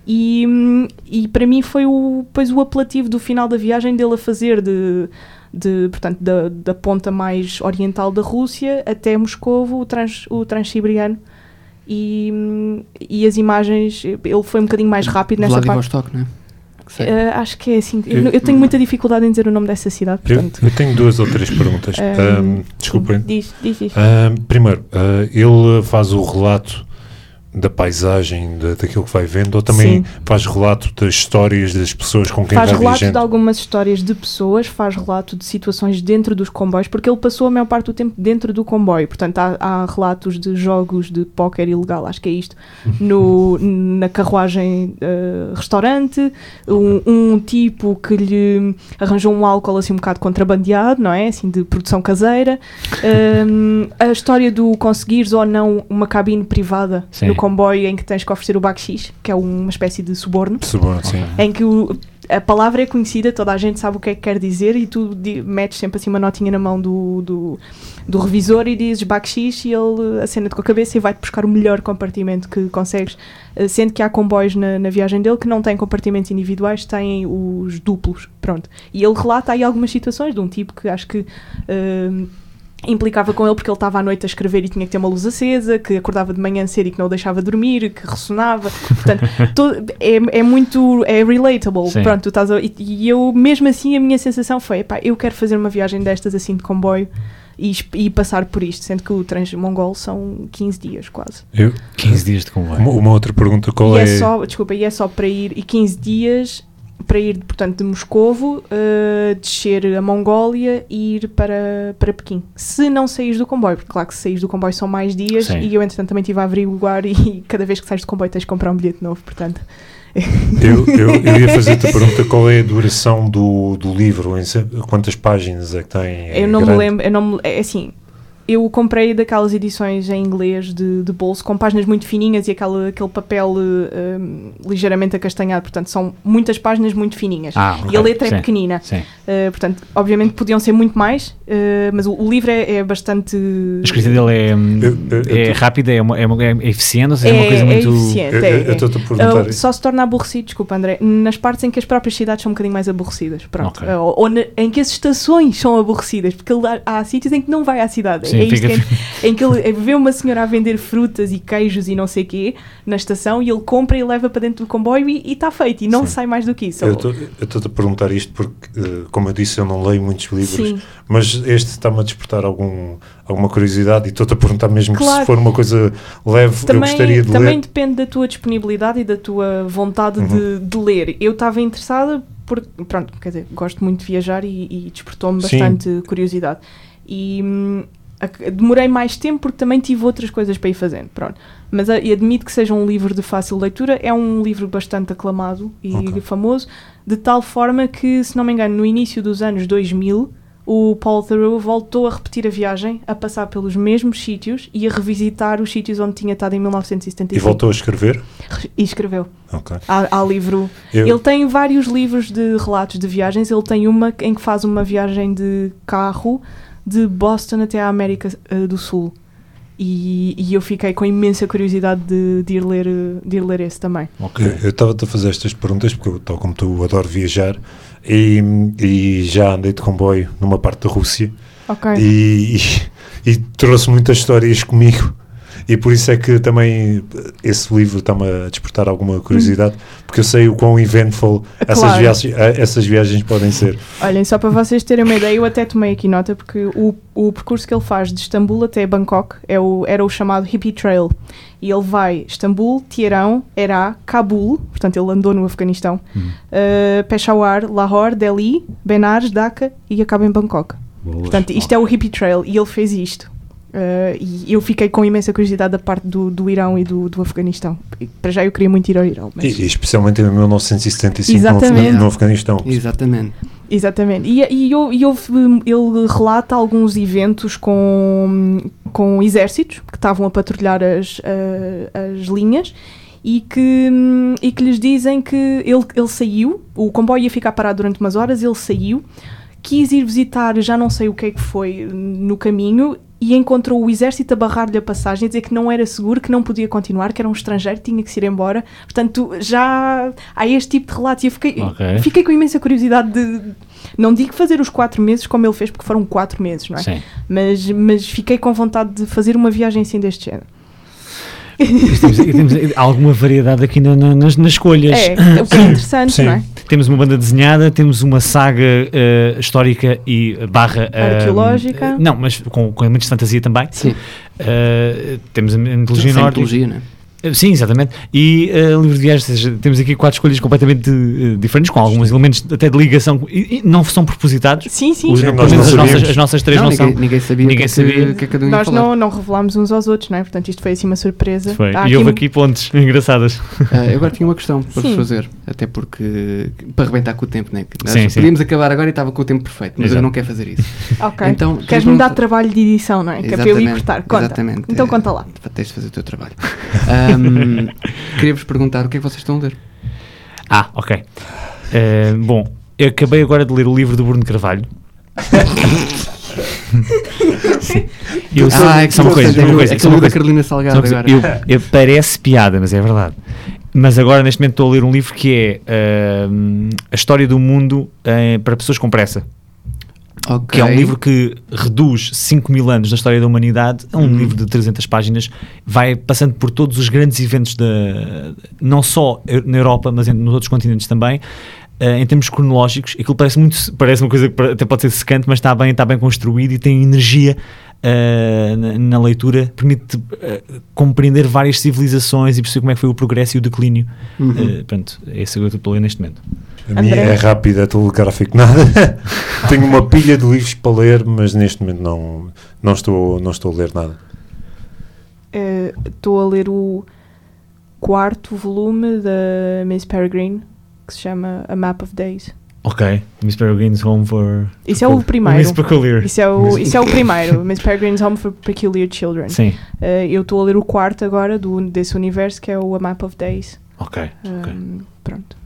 E: E, hum, e para mim foi o, pois, o apelativo do final da viagem dele a fazer de, de portanto, da, da ponta mais oriental da Rússia até Moscovo, o, trans, o Transsiberiano. E, hum, e as imagens, ele foi um bocadinho mais rápido nessa parte.
B: Vladivostok, não é? Que sei.
E: Eh, acho que é assim. Eu,
C: Eu-
E: não- eu tenho muita dificuldade em dizer o nome dessa cidade,
C: Eu,
E: portanto.
C: eu tenho duas ou três perguntas.
E: Ahm,
C: Ahm, desculpem.
E: Diz, diz, diz.
C: Ahm, primeiro, ah, ele faz o relato da paisagem, da- daquilo que vai vendo, ou também faz relato das histórias das pessoas com quem
E: faz
C: vai
E: relato de
C: viajando?
E: algumas histórias de pessoas, faz relato de situações dentro dos comboios, porque ele passou a maior parte do tempo dentro do comboio. Portanto, há, há relatos de jogos de póquer ilegal, acho que é isto, no, na carruagem eh, restaurante, um, um tipo que lhe arranjou um álcool assim um bocado contrabandeado, não é? Assim, de produção caseira. Ahm, a história do conseguires ou não uma cabine privada
D: Sim.
E: no comboio em que tens que oferecer o baxix, que é uma espécie de suborno
C: Suborno, sim.
E: em que o- a palavra é conhecida, toda a gente sabe o que é que quer dizer e tu di- metes sempre assim uma notinha na mão do, do, do revisor e dizes baxix e ele acena-te com a cabeça e vai-te buscar o melhor compartimento que consegues, eh, sendo que há comboios na, na viagem dele que não têm compartimentos individuais, têm os duplos, pronto. E ele relata aí algumas situações de um tipo que acho que... eh, implicava com ele porque ele estava à noite a escrever e tinha que ter uma luz acesa, que acordava de manhã cedo e que não o deixava dormir, que ressonava. Portanto, to- é, é muito é relatable.
D: Sim.
E: Pronto, tu estás a- e, e eu, mesmo assim, a minha sensação foi: "Epá, eu quero fazer uma viagem destas assim de comboio e, es- e passar por isto, sendo que o Transmongol são 15 dias quase.
C: Eu-
D: 15 dias de comboio.
C: uma, uma outra pergunta, qual
E: e
C: é...
E: é só, desculpa, e é só para ir, e 15 dias para ir, portanto, de Moscovo, eh, descer a Mongólia e ir para, para Pequim. Se não saís do comboio, porque claro que se saís do comboio são mais dias,
D: Sim.
E: e eu entretanto também estive a averiguar e cada vez que sais do comboio tens de comprar um bilhete novo, portanto.
C: Eu, eu, eu ia fazer-te a pergunta, qual é a duração do, do livro? Em se- Quantas páginas é que tem? É
E: eu não
C: grande?
E: me lembro, eu não me, é assim, eu o comprei daquelas edições em inglês de, de bolso, com páginas muito fininhas e aquele, aquele papel eh, hum, ligeiramente acastanhado, portanto são muitas páginas muito fininhas.
D: Ah, ok.
E: E a letra
D: Sim.
E: é pequenina.
D: Sim.
E: Uh, portanto, obviamente podiam ser muito mais, uh, mas o, o livro é, é bastante.
D: A escrita dele é, hum,
C: Eu- eu- eu
D: é
C: tô-
D: rápida, é, uma, é, uma- é eficiente, ou
E: é,
D: seja, é uma coisa
E: é
D: muito.
E: eficiente.
C: Eu-
E: é,
C: eu-
E: é.
C: Eu estou-te a perguntar
E: Uh,
C: isso.
E: só se torna aborrecido, desculpa André, nas partes em que as próprias cidades são um bocadinho mais aborrecidas, pronto.
D: Ok.
E: Uh, ou ou na- em que as estações são aborrecidas, porque ele há, há sítios em que não vai à cidade.
D: Sim,
E: é isto
D: fica-
E: que é- em que ele vê uma senhora a vender frutas e queijos e não sei quê na estação e ele compra e leva para dentro do comboio e está feito e não sai mais do que isso.
C: Eu tô- eu estou-te a perguntar isto porque, eh, como eu disse, eu não leio muitos livros,
E: Sim.
C: mas este está-me a despertar algum, alguma curiosidade e estou-te a perguntar mesmo que se
E: Claro.
C: for uma coisa leve, eu gostaria de
E: também
C: ler.
E: depende da tua disponibilidade e da tua vontade
C: Uhum.
E: de, de ler. Eu estava interessada porque, pronto, quer dizer, gosto muito de viajar e, e despertou-me
C: Sim.
E: bastante curiosidade. E hum, a- demorei mais tempo porque também tive outras coisas para ir fazendo. Pronto. Mas a- e admito que seja um livro de fácil leitura, é um livro bastante aclamado e
C: Ok.
E: famoso, de tal forma que, se não me engano, no início dos anos 2000, o Paul Theroux voltou a repetir a viagem, a passar pelos mesmos sítios e a revisitar os sítios onde tinha estado em
C: E
E: 1975.
C: voltou a escrever?
E: E escreveu.
C: Ok.
E: Há, há livro.
C: Eu-
E: Ele tem vários livros de relatos de viagens. Ele tem uma em que faz uma viagem de carro de Boston até a América eh, do Sul. E, e eu fiquei com imensa curiosidade de, de ir ler, eh, de ir ler esse também.
D: Ok.
C: Eu eu estava-te a fazer estas perguntas porque, eu, tal como tu, adoro viajar e, e já andei de comboio numa parte da Rússia
E: Ok.
C: e, e- e trouxe muitas histórias comigo. E por isso é que também esse livro está-me a despertar alguma curiosidade, porque eu sei o quão eventful essas,
E: Hum. Claro.
C: viagens, eh, essas viagens podem ser.
E: Olhem, só para vocês terem uma ideia, eu até tomei aqui nota porque o, o percurso que ele faz de Istambul até Bangkok é o, era o chamado Hippie Trail. E ele vai Istambul, Teherão, Herá, Cabul, portanto ele andou no Afeganistão, eh, Peshawar, Lahore, Delhi, Benares, Dhaka e acaba em Bangkok. Portanto, isto é o Hippie Trail e ele fez isto. Eh, e eu fiquei com imensa curiosidade da parte do, do Irão e do, do Afeganistão. E para já eu queria muito ir ao Irão.
C: E,
E: Mas...
C: e especialmente em 1975 no,
E: Exatamente.
C: no Afeganistão.
B: Exatamente.
E: Exatamente. E, e, eu- e houve- ele relata alguns eventos com, com exércitos que estavam a patrulhar as, a- as linhas e que, hum, e que lhes dizem que ele, ele saiu, o comboio ia ficar parado durante umas horas, ele saiu, quis ir visitar já não sei o que é que foi no caminho e encontrou o exército a barrar-lhe a passagem, a dizer que não era seguro, que não podia continuar, que era um estrangeiro, tinha que se ir embora. Portanto, já há este tipo de relatos e eu fiquei,
D: Ok.
E: fiquei com imensa curiosidade de... Não digo fazer os quatro meses como ele fez, porque foram quatro meses, não é?
D: Sim.
E: Mas, mas fiquei com vontade de fazer uma viagem assim deste género.
D: Mas temos, temos alguma variedade aqui na- na- nas, nas escolhas.
E: É, o que é interessante,
C: Sim.
E: não é?
D: Temos uma banda desenhada, temos uma saga eh, histórica e eh, barra... eh,
E: Arqueológica.
D: eh, não, mas com, com elementos de fantasia também.
B: Sim.
D: Eh, temos a mitologia
B: Sem
D: nórdica.
B: mitologia, né?
D: Eh, Sim, exatamente. E eh, livro de viagens, ou seja, temos aqui quatro escolhas completamente eh, diferentes, com alguns elementos até de ligação, e, e não são propositados.
E: Sim, sim.
D: Os-
C: Sim,
D: pelo
C: nós
D: menos as
C: não
D: nossas,
C: sabíamos.
D: as nossas três não,
B: ninguém,
D: são.
B: ninguém sabia o
D: ninguém
B: que, é que-
D: sabia.
B: o que é que cada um ia
E: Nós
B: falar.
E: não, não revelámos uns aos outros, não é? Portanto, isto foi assim uma surpresa.
D: Foi.
E: Há um-
D: E houve Tá aqui um- pontes engraçadas.
B: Ah, eu agora tinha uma questão para vos
E: Sim.
B: fazer, até porque para arrebentar com o tempo, né? Que nós
D: Sim, sim.
B: podíamos acabar agora e estava com o tempo perfeito, mas eu
D: Exato.
B: não quero fazer isso.
E: Ok.
B: Então,
E: Queres-me dar
B: pergunta-
E: trabalho de edição, não é? Que é para eu ir
B: Exatamente,
E: cortar. Conta.
B: Exatamente.
E: Então
B: Eh,
E: conta lá.
B: Tens de fazer o teu trabalho. Ahm, Queria-vos perguntar o que é que vocês estão a ler.
D: Ah, ok. Eh, bom, eu acabei agora de ler o livro do Bruno Carvalho. Sim. Eu,
B: ah, é que
D: só uma coisa, só uma coisa, só uma
B: da
D: coisa.
B: Carolina
D: Só
B: Salgado
D: uma coisa,
B: agora.
D: eu, eu- parece piada, mas é verdade. Mas agora, neste momento, estou a ler um livro que é hum, A História do Mundo eh, para Pessoas com Pressa,
B: Ok.
D: que é um livro que reduz 5 mil anos da história da humanidade. É um livro de 300 páginas, vai passando por todos os grandes eventos, da, não só eu- na Europa, mas em, nos outros continentes também. eh, em termos cronológicos, aquilo parece muito parece uma coisa que pa- até pode ser secante, mas está bem, está bem construído e tem energia eh, na, na leitura, permite eh, compreender várias civilizações e perceber como é que foi o progresso e o declínio.
B: Uhum.
D: Eh, pronto, é isso que eu estou a ler neste momento.
C: A minha
E: André?
C: é rápida, é telegráfico, nada. Tenho uma pilha de livros para ler, mas neste momento não, não, estou, não estou a ler nada.
B: É.
E: Eh, Estou a ler o quarto volume da Miss Peregrine, que se chama A Map of Days.
D: Ok, Miss Peregrine's Home for...
E: Isso é o primeiro.
D: Miss Peculiar.
E: Isso é o, isso é o primeiro, Miss Peregrine's Home for Peculiar Children.
D: Sim,
E: Eh, eu estou a ler o quarto agora do, desse universo, que é o A Map of Days.
D: ok, ok.
E: Ahm, pronto.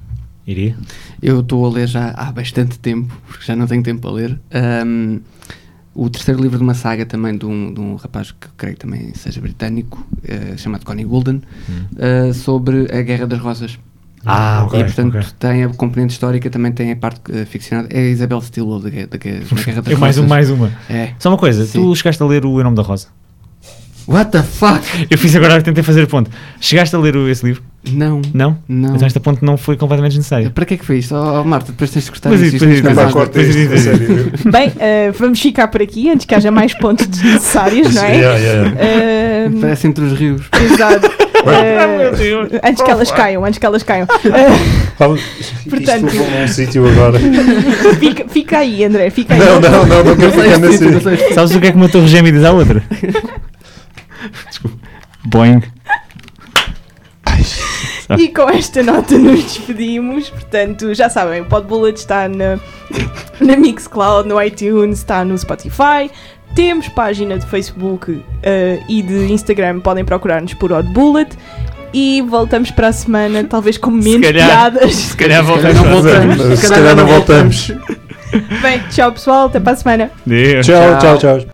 D: Iria?
B: Eu estou a ler já há bastante tempo, porque já não tenho tempo para ler. Ahm, o terceiro livro de uma saga também de um, de um rapaz que creio que também seja britânico, eh, chamado Connie Golden, eh, sobre a Guerra das Rosas.
D: Ah, ok,
B: e portanto
D: ok.
B: tem a componente histórica, também tem a parte eh, ficcionada. É a Isabel Stilwell da, Gue- da, Gue- da Guerra das
D: É mais, um,
B: Rosas.
D: mais uma.
B: É.
D: Só uma coisa,
B: Sim.
D: tu chegaste a ler o Em Nome da Rosa.
B: What the fuck?
D: Eu fiz agora, tentei fazer ponto. Chegaste a ler o- esse livro?
B: Não.
D: Não?
B: Não.
D: Então esta ponte não foi completamente necessária.
B: Para que é que foi isto? Oh, oh, Marta, depois tens de cortar
D: Mas
B: isto,
D: e
B: isto é tens
D: depois-
B: de
D: Epá,
B: cortar.
D: corta
C: é
D: isto, a sério.
E: Bem, eh, vamos ficar por aqui antes que haja mais pontos desnecessários, não é?
C: Yeah, yeah, yeah.
E: Ahm,
B: Parece entre os rios.
E: Exato. Eh, antes que elas caiam, antes que elas caiam.
C: Vamos-
E: Portanto-
C: Isto levou-me a um sítio agora.
E: Fica, fica aí, André, fica aí.
C: Não, não, não, não quero ficar nesse
B: Não sei.
D: Sabes o que é que uma torre gêmea diz à outra? Desculpa. Boing. Tá.
E: E com esta nota nos despedimos. Portanto, já sabem, o Podbullet está na, na Mixcloud, no iTunes, está no Spotify. Temos página de Facebook eh, e de Instagram, podem procurar-nos por Odd Bullet. E voltamos para a semana, talvez com menos
D: calhar.
E: piadas.
D: Se calhar
B: calhar não voltamos.
C: Se calhar não voltamos.
E: Bem, tchau pessoal, até para a semana.
D: Deus.
C: Tchau, tchau, tchau.